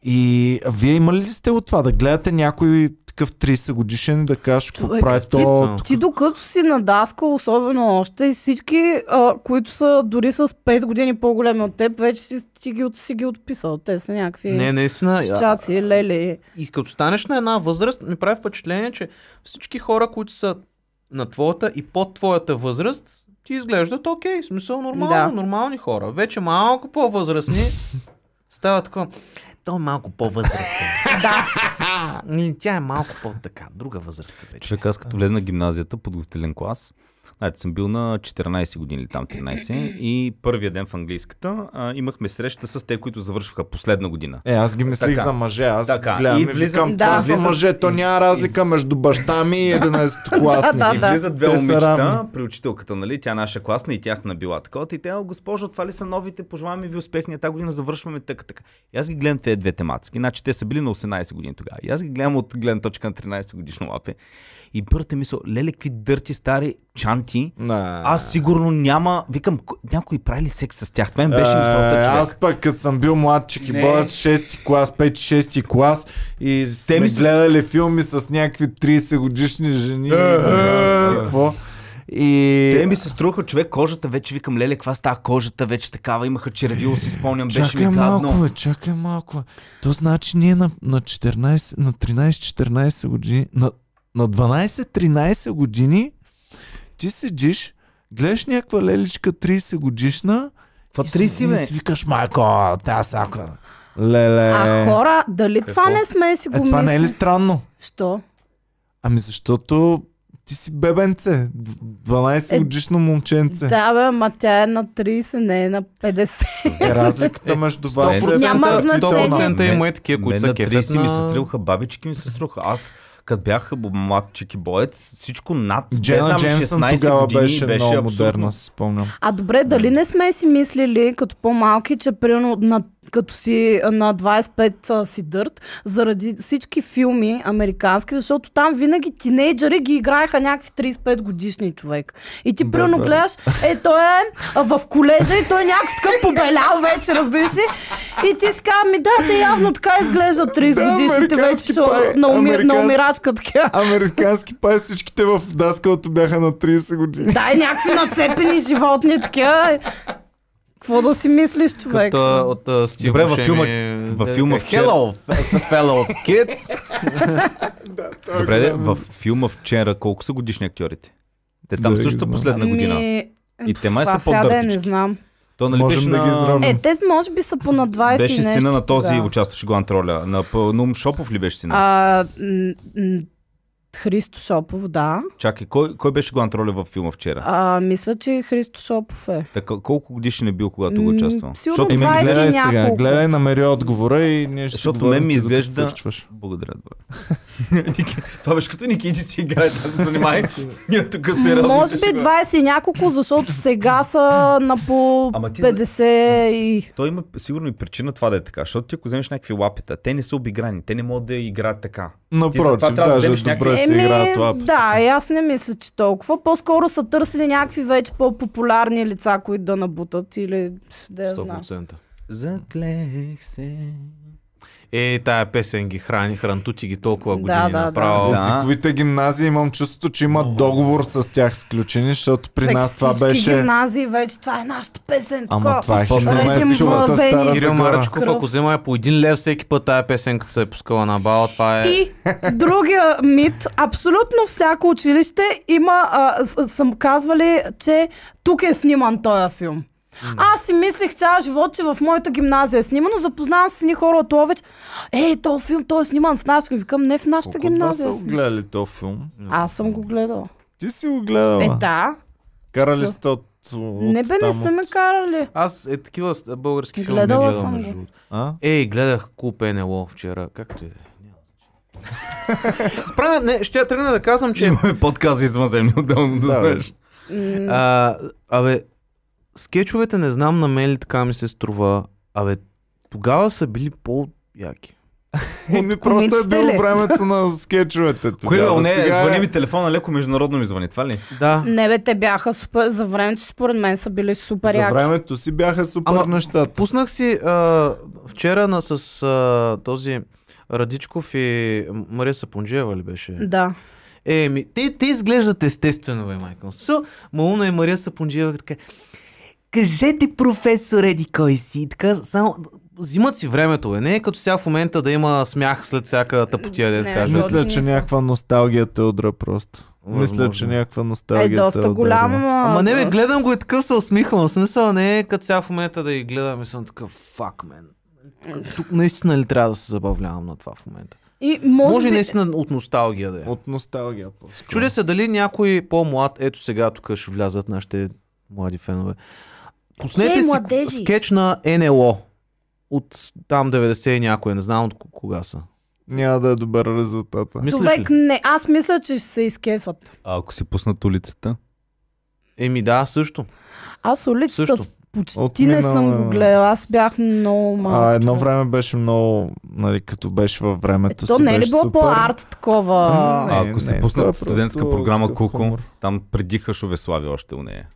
[SPEAKER 1] И а вие имали ли сте от това да гледате някой такъв 30 годишен и да кажеш какво
[SPEAKER 2] Човек,
[SPEAKER 1] прави то?
[SPEAKER 5] естествено.
[SPEAKER 1] тук?
[SPEAKER 2] Ти докато си на даска, особено още, и всички, а, които са дори с 5 години по-големи от теб, вече си, ти ги, от- си ги отписал. Те са някакви
[SPEAKER 5] Не, наистина. а-
[SPEAKER 2] щаци,
[SPEAKER 1] е.
[SPEAKER 2] лели.
[SPEAKER 5] И като станеш на една възраст, ми прави впечатление, че всички хора, които са на твоята и под твоята възраст, ти изглеждат окей, в смисъл нормално, да.
[SPEAKER 2] Да.
[SPEAKER 5] нормални хора. Вече малко по-възрастни става такова. Той е малко по-възрастен. да. Тя е малко по-така, друга възраст вече.
[SPEAKER 3] Човек, аз като влез на гимназията, подготвителен клас, значи съм бил на 14 години или там 13 и първия ден в английската а, имахме среща с те, които завършваха последна година.
[SPEAKER 1] Е, аз ги мислих
[SPEAKER 3] Така.
[SPEAKER 1] за мъже. Аз
[SPEAKER 3] Така.
[SPEAKER 1] гледам и,
[SPEAKER 3] И
[SPEAKER 1] влизам,
[SPEAKER 3] влизам-
[SPEAKER 1] викам,
[SPEAKER 2] Да.
[SPEAKER 1] това са
[SPEAKER 3] влизам-
[SPEAKER 1] мъже, то
[SPEAKER 3] и-
[SPEAKER 1] няма разлика между баща ми и 11 класни.
[SPEAKER 2] (laughs) Да,
[SPEAKER 3] И
[SPEAKER 2] да.
[SPEAKER 3] влизат две
[SPEAKER 1] Те са
[SPEAKER 3] момичета
[SPEAKER 1] равни.
[SPEAKER 3] при учителката, нали? Тя наша класна и тяхна била такова. И те, «О, госпожо, това ли са новите? Пожелаваме ви успех. Ние тази година завършваме така, така. И аз ги гледам тези две тематики. Значи те са били на 18 години тогава. И аз ги гледам от гледна точка на 13 годишно лапе. И първата мисъл, леле, какви дърти стари чанти.
[SPEAKER 1] Не.
[SPEAKER 3] Аз сигурно няма. Викам, ко- някой прави ли секс с тях? Това им беше
[SPEAKER 1] Е,
[SPEAKER 3] мисълта. човек.
[SPEAKER 1] Аз пък като съм бил младчик и
[SPEAKER 3] Не.
[SPEAKER 1] боят 6 клас, 5-6 клас и сме
[SPEAKER 3] ми
[SPEAKER 1] ми
[SPEAKER 3] с-
[SPEAKER 1] гледали филми с някакви 30 годишни жени. не знам си какво. И...
[SPEAKER 3] Е, Те ми се струха човек кожата, вече викам, леле, каква става кожата, вече такава, имаха червило, си спомням, беше
[SPEAKER 1] Чакай
[SPEAKER 3] ми
[SPEAKER 1] малко,
[SPEAKER 3] гадно.
[SPEAKER 1] бе, чакай малко. бе. То значи ние на, на 14, на 13-14 години, на, на 12-13 години ти седиш, гледаш някаква леличка 30 годишна
[SPEAKER 3] Каква
[SPEAKER 1] и, си, и си викаш, майко, тази сака. Леле.
[SPEAKER 2] А хора, дали това не сме си го
[SPEAKER 1] е, това не е ли
[SPEAKER 2] мислили?
[SPEAKER 1] странно?
[SPEAKER 2] Що?
[SPEAKER 1] Ами защото ти си бебенце, 12
[SPEAKER 2] Е,
[SPEAKER 1] годишно момченце.
[SPEAKER 2] Да, бе, ма тя е на 30, не е на 50.
[SPEAKER 1] Е, разликата между вас е
[SPEAKER 2] Няма значение.
[SPEAKER 5] 100% има и такива, които
[SPEAKER 3] Мен
[SPEAKER 5] са
[SPEAKER 3] на 30 ми се
[SPEAKER 5] кефят на...
[SPEAKER 3] стрелха, бабички ми се стрелха. Аз като бях младчик и боец, всичко над без
[SPEAKER 1] Джена
[SPEAKER 3] знам,
[SPEAKER 1] Дженсън
[SPEAKER 3] 16
[SPEAKER 1] тогава
[SPEAKER 3] години
[SPEAKER 1] беше, много
[SPEAKER 3] абсолютно-
[SPEAKER 1] модерна, си спомням.
[SPEAKER 2] А добре, дали не сме си мислили като по-малки, че примерно на, като си на 25 а, си дърт, заради всички филми американски, защото там винаги тинейджери ги играеха някакви 35 годишни човек. И ти
[SPEAKER 1] Да,
[SPEAKER 2] примерно
[SPEAKER 1] да.
[SPEAKER 2] гледаш, е, той е а, в колежа и той е някакъв такъв побелял вече, разбираш ли? И ти си казва, ми да, те явно така изглеждат 30
[SPEAKER 1] Да,
[SPEAKER 2] годишните
[SPEAKER 1] американски
[SPEAKER 2] вече шо,
[SPEAKER 1] пай,
[SPEAKER 2] на, умир, на
[SPEAKER 1] американски.
[SPEAKER 2] умирачка така.
[SPEAKER 1] Американски пай всичките в даскалото бяха на 30 години.
[SPEAKER 2] Да, и някакви нацепени животни такива. Какво да си мислиш, човек?
[SPEAKER 5] Като, а, от а, Стив
[SPEAKER 3] Добре, във
[SPEAKER 5] Бушеми,
[SPEAKER 3] филма-
[SPEAKER 5] да,
[SPEAKER 3] във филма
[SPEAKER 5] така,
[SPEAKER 3] вчера-
[SPEAKER 5] Hello, f-
[SPEAKER 3] (laughs)
[SPEAKER 5] fellow kids.
[SPEAKER 3] Добре, де, в филма вчера колко са годишни актьорите? Те там
[SPEAKER 1] Да,
[SPEAKER 3] също са
[SPEAKER 1] знам.
[SPEAKER 3] последна година.
[SPEAKER 2] Ми,
[SPEAKER 3] И те май
[SPEAKER 2] Ами, това
[SPEAKER 3] са
[SPEAKER 2] сега да е, не
[SPEAKER 3] по-дъртички.
[SPEAKER 2] знам.
[SPEAKER 3] То нали
[SPEAKER 1] Можем
[SPEAKER 3] беше
[SPEAKER 1] да ги
[SPEAKER 3] на...
[SPEAKER 1] изравним.
[SPEAKER 2] Е, те може би са по на 20 и
[SPEAKER 3] Беше
[SPEAKER 2] нещо
[SPEAKER 3] сина на този
[SPEAKER 2] тогава.
[SPEAKER 3] участваше главната роля. На П- на Ум Шопов ли беше сина?
[SPEAKER 2] А, м, м, Христо Шопов, да.
[SPEAKER 3] Чакай, кой, кой беше главната роля във филма вчера?
[SPEAKER 2] А, мисля, че Христо Шопов е.
[SPEAKER 3] Така, колко годишен е бил, когато го
[SPEAKER 2] М,
[SPEAKER 3] участвал?
[SPEAKER 2] сигурно
[SPEAKER 3] Защото,
[SPEAKER 2] Еми,
[SPEAKER 3] мен ми
[SPEAKER 2] 20
[SPEAKER 3] изглежда...
[SPEAKER 1] гледай
[SPEAKER 2] няколко.
[SPEAKER 1] сега, гледай, намери отговора и ние ще
[SPEAKER 3] Защото
[SPEAKER 1] говорим
[SPEAKER 3] мен ми
[SPEAKER 1] ти докато
[SPEAKER 3] изглежда-
[SPEAKER 1] сърчваш.
[SPEAKER 3] Благодаря, (laughs) добре. Това беше като Никиджи си играе, там се занимай. Ние тук сериозно.
[SPEAKER 2] Може би 20 и няколко, защото сега са на по
[SPEAKER 3] Ама ти зна-
[SPEAKER 2] 50 и...
[SPEAKER 3] Той има сигурно и причина това да е така, защото ти ако вземеш някакви лапета, те не са обиграни, те не могат да играят така. Ти
[SPEAKER 1] Напротив,
[SPEAKER 3] затова трябва да
[SPEAKER 1] даже
[SPEAKER 3] вземеш някакви-
[SPEAKER 1] добре се игра това.
[SPEAKER 2] да, и аз не мисля, че толкова. По-скоро са търсили някакви вече по-популярни лица, които да набутат или да я знам.
[SPEAKER 5] 100%.
[SPEAKER 3] Заклех се.
[SPEAKER 5] Е, тая песен ги храни, хрантути ги толкова
[SPEAKER 2] Да,
[SPEAKER 5] години
[SPEAKER 2] да, да.
[SPEAKER 5] направо.
[SPEAKER 3] Да.
[SPEAKER 1] Езиковите гимназии имам чувството, че имат договор с тях сключени, защото при
[SPEAKER 2] Пък
[SPEAKER 1] нас това
[SPEAKER 2] всички
[SPEAKER 1] беше...
[SPEAKER 2] гимназии вече, това е нашата песен.
[SPEAKER 1] Ама
[SPEAKER 2] такова.
[SPEAKER 1] това е
[SPEAKER 5] Точно.
[SPEAKER 1] химна
[SPEAKER 5] Режим
[SPEAKER 1] на езиковата
[SPEAKER 2] въвени.
[SPEAKER 1] стара
[SPEAKER 5] Кирил
[SPEAKER 1] Загора.
[SPEAKER 5] Марачков,
[SPEAKER 2] Кръв.
[SPEAKER 5] ако взема е по един лев всеки път тая песен, като се е пускала на бал, това е...
[SPEAKER 2] И другия мит, абсолютно всяко училище има, а, с- съм казвали, че тук е сниман този филм. Аз си мислех цял живот, че в моята гимназия е снимано. Запознавам се с едни хора от Ловеч. Ей, този филм, той е сниман в нашата. Викам, не в нашата
[SPEAKER 1] Колко да
[SPEAKER 2] гимназия.
[SPEAKER 1] са
[SPEAKER 2] е
[SPEAKER 1] го
[SPEAKER 2] сниман.
[SPEAKER 1] гледали то филм?
[SPEAKER 2] Аз съм го гледала.
[SPEAKER 1] Ти си го гледала.
[SPEAKER 2] Е, да.
[SPEAKER 1] Карали сте от от
[SPEAKER 2] Не бе, не
[SPEAKER 1] там
[SPEAKER 2] са
[SPEAKER 1] от-
[SPEAKER 2] ме карали.
[SPEAKER 5] Аз е такива с- български филми не
[SPEAKER 2] Гледала
[SPEAKER 5] гледам,
[SPEAKER 2] съм
[SPEAKER 5] между
[SPEAKER 2] го.
[SPEAKER 5] другото.
[SPEAKER 1] А?
[SPEAKER 5] Ей, гледах Клуб НЛО вчера. Както и да е. няма значение. (laughs) Справя, не, ще я тръгна да казвам, че...
[SPEAKER 3] Имаме (laughs) подкаст за извънземни отделно, да,
[SPEAKER 5] Да, бе.
[SPEAKER 3] знаеш.
[SPEAKER 2] М,
[SPEAKER 5] А, абе, скетчовете не знам на мен ли така ми се струва. Абе, тогава са били по-яки.
[SPEAKER 1] Еми, просто е
[SPEAKER 2] комиците
[SPEAKER 1] било
[SPEAKER 2] ли?
[SPEAKER 1] времето на скетчовете.
[SPEAKER 3] Кой
[SPEAKER 1] тогава.
[SPEAKER 3] е, не,
[SPEAKER 1] Сега е-
[SPEAKER 3] звъни ми телефона, леко международно ми звъни, това ли?
[SPEAKER 5] Да.
[SPEAKER 2] Не бе, те бяха супер, за времето си, според мен са били супер
[SPEAKER 1] За
[SPEAKER 2] яки.
[SPEAKER 1] времето си бяха супер
[SPEAKER 5] Ама-
[SPEAKER 1] нещата.
[SPEAKER 5] Пуснах си а, вчера на, с а, този Радичков и Мария Сапунджиева ли беше?
[SPEAKER 2] Да.
[SPEAKER 5] Е, ми, те, те изглеждат естествено, бе, Майкъл. Со, Малуна и Мария Сапунджиева така. Кажете, професор Еди, кой си? И Така, само взимат си времето, бе. Не е като сега в момента да има смях след всяка тъпотия, да
[SPEAKER 2] Не,
[SPEAKER 5] кажа.
[SPEAKER 2] точно
[SPEAKER 1] Мисля, че
[SPEAKER 2] не са.
[SPEAKER 1] някаква носталгия те удра просто. Мисля,
[SPEAKER 5] Възможно.
[SPEAKER 1] че някаква
[SPEAKER 2] Е,
[SPEAKER 1] носталгия те
[SPEAKER 2] доста
[SPEAKER 1] ударила.
[SPEAKER 2] голяма.
[SPEAKER 5] Ама не, бе, гледам го и такъв се усмихвам. В смисъл не е като сега в момента да ги гледам и съм такъв, фак, мен. Тук наистина ли трябва да се забавлявам на това в момента?
[SPEAKER 2] И
[SPEAKER 5] Може,
[SPEAKER 2] може,
[SPEAKER 5] Може
[SPEAKER 2] би...
[SPEAKER 5] наистина от носталгия да е.
[SPEAKER 1] От носталгия по-скоро.
[SPEAKER 5] Чудя се дали някой по-млад, ето сега тук ще влязат нашите млади фенове. Пуснете
[SPEAKER 2] Хей, Е,
[SPEAKER 5] си
[SPEAKER 2] младежи!
[SPEAKER 5] скетч на НЛО от там 90 и някой, не знам от к- кога са.
[SPEAKER 1] Няма да е добър резултата.
[SPEAKER 5] Мислиш
[SPEAKER 2] Човек,
[SPEAKER 5] ли?
[SPEAKER 2] не. Аз мисля, че ще се изкефат.
[SPEAKER 3] А ако си пуснат улицата?
[SPEAKER 5] Еми да, също.
[SPEAKER 2] Аз улицата
[SPEAKER 5] Също.
[SPEAKER 2] с- почти
[SPEAKER 1] От
[SPEAKER 2] не
[SPEAKER 1] минала-
[SPEAKER 2] съм го гледала. Аз бях много малък.
[SPEAKER 1] А, едно
[SPEAKER 2] човек.
[SPEAKER 1] време беше много, нали, като беше във времето
[SPEAKER 2] То
[SPEAKER 1] си
[SPEAKER 2] не е ли
[SPEAKER 1] беше
[SPEAKER 2] било
[SPEAKER 1] супер.
[SPEAKER 2] по-арт такова?
[SPEAKER 1] Ами,
[SPEAKER 3] А, ако си
[SPEAKER 1] не, това е
[SPEAKER 3] пуснат студентска
[SPEAKER 1] просто
[SPEAKER 3] програма
[SPEAKER 1] такъв
[SPEAKER 3] Куко,
[SPEAKER 1] хумор.
[SPEAKER 3] там преди Хашове слави още у нея.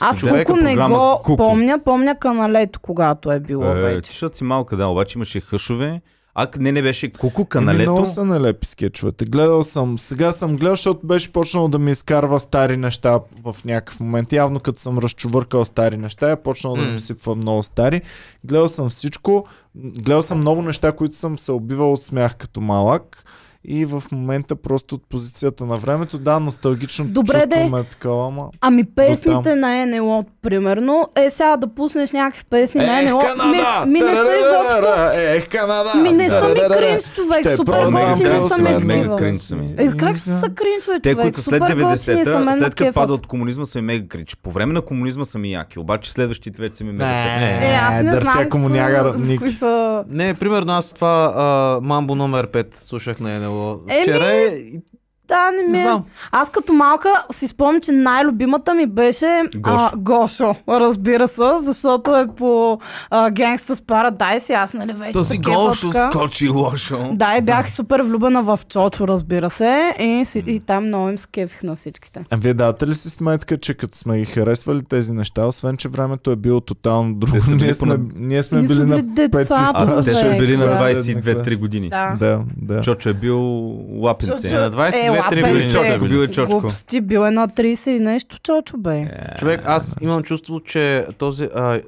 [SPEAKER 2] Аз
[SPEAKER 5] Човека,
[SPEAKER 2] Куко не
[SPEAKER 3] програма
[SPEAKER 2] го
[SPEAKER 3] Куко.
[SPEAKER 2] помня, помня каналето, когато е било
[SPEAKER 3] Е, ти,
[SPEAKER 2] вече.
[SPEAKER 3] защото си малка, да, обаче имаше Хъшове. А, не, не беше Куку
[SPEAKER 1] Еми,
[SPEAKER 3] каналето.
[SPEAKER 1] Ами, Много са нелепи скетчовете. Гледал съм, сега съм гледал, защото беше почнал да ми изкарва стари неща в някакъв момент. Явно като съм разчувъркал стари неща, е почнал да
[SPEAKER 5] М.
[SPEAKER 1] ми сипва много стари. Гледал съм всичко. М, Гледал съм много неща, които съм се убивал от смях като малък. И в момента просто от позицията на времето, да, носталгично
[SPEAKER 2] Добре, де.
[SPEAKER 1] чувстваме такова, ама...
[SPEAKER 2] Ами песните на НЛО, примерно, е сега да пуснеш някакви песни
[SPEAKER 1] Е,
[SPEAKER 2] на НЛО, ми, ми не са изобщо,
[SPEAKER 1] Та-ра-ра-ра-ра! Ех, Канада!
[SPEAKER 2] ми не
[SPEAKER 1] Да.
[SPEAKER 2] са ми
[SPEAKER 1] Та-ра-ра-ра!
[SPEAKER 2] кринч, човек,
[SPEAKER 1] Ще е
[SPEAKER 2] супер
[SPEAKER 1] пробвам
[SPEAKER 2] готини
[SPEAKER 1] да
[SPEAKER 2] не са ми
[SPEAKER 1] осмея.
[SPEAKER 3] Мега
[SPEAKER 2] такива.
[SPEAKER 3] кринч са ми.
[SPEAKER 2] Е, как ще са кринчове, човек?
[SPEAKER 3] Те, които след
[SPEAKER 2] Супер готини са, мен
[SPEAKER 3] 90-та, след като
[SPEAKER 2] кефат.
[SPEAKER 3] пада от комунизма, са ми мега кринч. По време на комунизма са ми яки, обаче следващите вече са ми мега кринч.
[SPEAKER 2] Е, аз не
[SPEAKER 1] Дъртя
[SPEAKER 2] знам
[SPEAKER 1] комуняга,
[SPEAKER 2] за кои
[SPEAKER 1] Ники.
[SPEAKER 2] са...
[SPEAKER 5] Не, примерно аз това а, Мамбо номер 5 слушах на НЛО.
[SPEAKER 2] Еми,
[SPEAKER 5] Вчера е... и-
[SPEAKER 2] Да, не ми.
[SPEAKER 5] Не
[SPEAKER 2] е.
[SPEAKER 5] знам.
[SPEAKER 2] Аз като малка си спомням, че най-любимата ми беше
[SPEAKER 3] Гошо.
[SPEAKER 2] А, Гошо, разбира се, защото е по а, Gangsta's Paradise и аз нали вече се кефа така.
[SPEAKER 3] скочи лошо.
[SPEAKER 2] Да, и бях супер влюбена в Чочо, разбира се, и, си, и там много им скефих на всичките.
[SPEAKER 1] А вие давате ли си сметка, че като сме ги харесвали тези неща, освен че времето е било тотално друго,
[SPEAKER 3] Те са били
[SPEAKER 1] ние сме,
[SPEAKER 3] поне-
[SPEAKER 1] ние сме
[SPEAKER 2] Ние сме
[SPEAKER 1] били на
[SPEAKER 2] били деца,
[SPEAKER 1] 5
[SPEAKER 3] А те са
[SPEAKER 2] Човек,
[SPEAKER 3] били на
[SPEAKER 2] да.
[SPEAKER 3] 22-3 години.
[SPEAKER 2] Да.
[SPEAKER 1] Да, да.
[SPEAKER 3] Чочо е бил
[SPEAKER 5] Е,
[SPEAKER 3] лапенце.
[SPEAKER 5] на 22-3
[SPEAKER 2] лапенце.
[SPEAKER 5] години. са
[SPEAKER 3] Чочо
[SPEAKER 5] били.
[SPEAKER 3] бил е Чочко. Е,
[SPEAKER 2] Глупости, бил е на 30 и нещо Чочо, бе.
[SPEAKER 1] Е,
[SPEAKER 5] Човек, аз имам чувство, че този... А,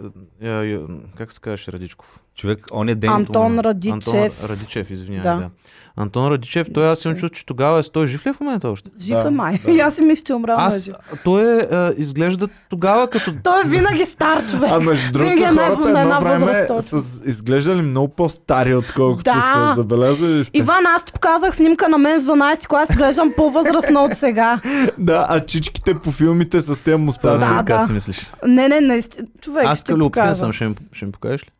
[SPEAKER 5] а, а, как се казваше Радичков?
[SPEAKER 3] Човек, он е ден.
[SPEAKER 2] Антон
[SPEAKER 5] Антон
[SPEAKER 2] Радичев.
[SPEAKER 5] Радичев, извинявай.
[SPEAKER 2] Да.
[SPEAKER 5] Да. Антон Радичев, той аз имам чувство, че тогава е той жив ли е в момента още?
[SPEAKER 2] Жив
[SPEAKER 1] Да,
[SPEAKER 2] е май. И (laughs) аз си мисля, че умрал но е
[SPEAKER 5] Аз,
[SPEAKER 2] жив.
[SPEAKER 5] той е, а, изглежда тогава като...
[SPEAKER 2] Той е винаги стар човек.
[SPEAKER 1] А между
[SPEAKER 2] Винаги
[SPEAKER 1] другото,
[SPEAKER 2] е най-бо-
[SPEAKER 1] хората
[SPEAKER 2] на
[SPEAKER 1] едно
[SPEAKER 2] една
[SPEAKER 1] време
[SPEAKER 2] възраст точно.
[SPEAKER 1] са изглеждали много по-стари, отколкото
[SPEAKER 2] Да.
[SPEAKER 1] са забелязали. Сте.
[SPEAKER 2] Иван, аз ти показах снимка на мен в 12, когато си гледам по-възрастна от сега.
[SPEAKER 1] (laughs) Да, а чичките по филмите с тези мустаци.
[SPEAKER 2] Да,
[SPEAKER 5] така
[SPEAKER 2] да.
[SPEAKER 5] си мислиш.
[SPEAKER 2] Не, не, не. Човек,
[SPEAKER 5] Аз
[SPEAKER 2] ще ти
[SPEAKER 5] любопитен
[SPEAKER 2] покажа.
[SPEAKER 5] съм, ще ми, ще ми покажеш ли?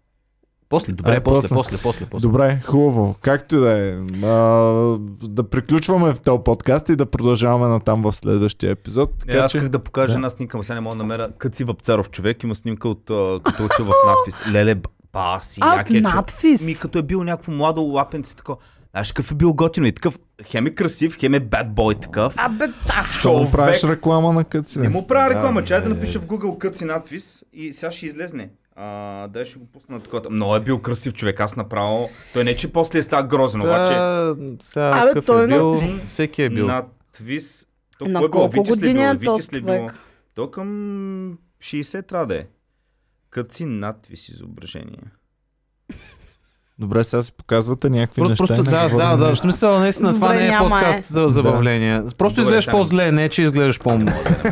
[SPEAKER 5] После, добре,
[SPEAKER 1] Ай,
[SPEAKER 5] после,
[SPEAKER 1] после.
[SPEAKER 5] после, после, после.
[SPEAKER 1] Добре, хубаво. Както и да е. А, да приключваме в този подкаст и да продължаваме натам в следващия епизод.
[SPEAKER 3] Не,
[SPEAKER 1] Така
[SPEAKER 3] Е, аз
[SPEAKER 1] че...
[SPEAKER 3] исках да покажа
[SPEAKER 1] Да.
[SPEAKER 3] една снимка, ама сега не мога да намеря. Къци Вапцаров човек има снимка от а, като учил в надпис. Леле, б- ба си,
[SPEAKER 2] А,
[SPEAKER 3] якия
[SPEAKER 2] от
[SPEAKER 3] чо-
[SPEAKER 2] надпис?
[SPEAKER 3] Ми като е бил някакво младо лапенце такова. Знаеш какъв е бил готино и такъв, хем е красив, хем е бед бой такъв.
[SPEAKER 2] Абе, да.
[SPEAKER 1] Що му правиш реклама на къци? бе?
[SPEAKER 3] Не му правя реклама,
[SPEAKER 5] Да,
[SPEAKER 3] чай да
[SPEAKER 5] е.
[SPEAKER 3] напиша в Google къци надпис и сега ще излезне. А, дай ще го пусна на такова. Но е бил красив човек, аз направо. Той не, че после е става грозен, обаче.
[SPEAKER 5] Та, сега,
[SPEAKER 2] Абе,
[SPEAKER 5] какъв
[SPEAKER 2] той
[SPEAKER 5] е бил,
[SPEAKER 3] на-
[SPEAKER 5] всеки е бил.
[SPEAKER 3] Надвис. То
[SPEAKER 2] На
[SPEAKER 3] кой е бил?
[SPEAKER 2] колко
[SPEAKER 3] Витис ли
[SPEAKER 2] години
[SPEAKER 3] бил?
[SPEAKER 2] е
[SPEAKER 3] Витис
[SPEAKER 2] този
[SPEAKER 3] ли бил?
[SPEAKER 2] човек?
[SPEAKER 3] То към 60 трябва да е. Къци надвис изображение.
[SPEAKER 1] Добре, сега си показвате някакви
[SPEAKER 5] Просто,
[SPEAKER 1] неща. и не
[SPEAKER 5] просто да,
[SPEAKER 1] говорим
[SPEAKER 5] да, да, в
[SPEAKER 1] нищо.
[SPEAKER 5] смисъл, наистина това
[SPEAKER 2] Добре,
[SPEAKER 5] не е
[SPEAKER 2] няма,
[SPEAKER 5] подкаст за забавление. Просто
[SPEAKER 3] Добре,
[SPEAKER 5] изглеждаш
[SPEAKER 3] само.
[SPEAKER 5] по-зле, не че изглеждаш по-млад.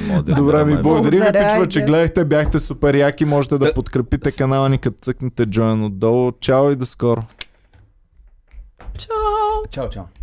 [SPEAKER 3] Не мога да
[SPEAKER 1] Добре, ми благодаря ви,
[SPEAKER 2] Благодаря,
[SPEAKER 1] пичува,
[SPEAKER 2] I
[SPEAKER 1] че
[SPEAKER 2] guess.
[SPEAKER 1] гледахте, бяхте супер яки, можете да
[SPEAKER 3] Да.
[SPEAKER 1] подкрепите канала ни, като цъкнете Join отдолу. Чао и до скоро!
[SPEAKER 2] Чао!
[SPEAKER 3] Чао, чао.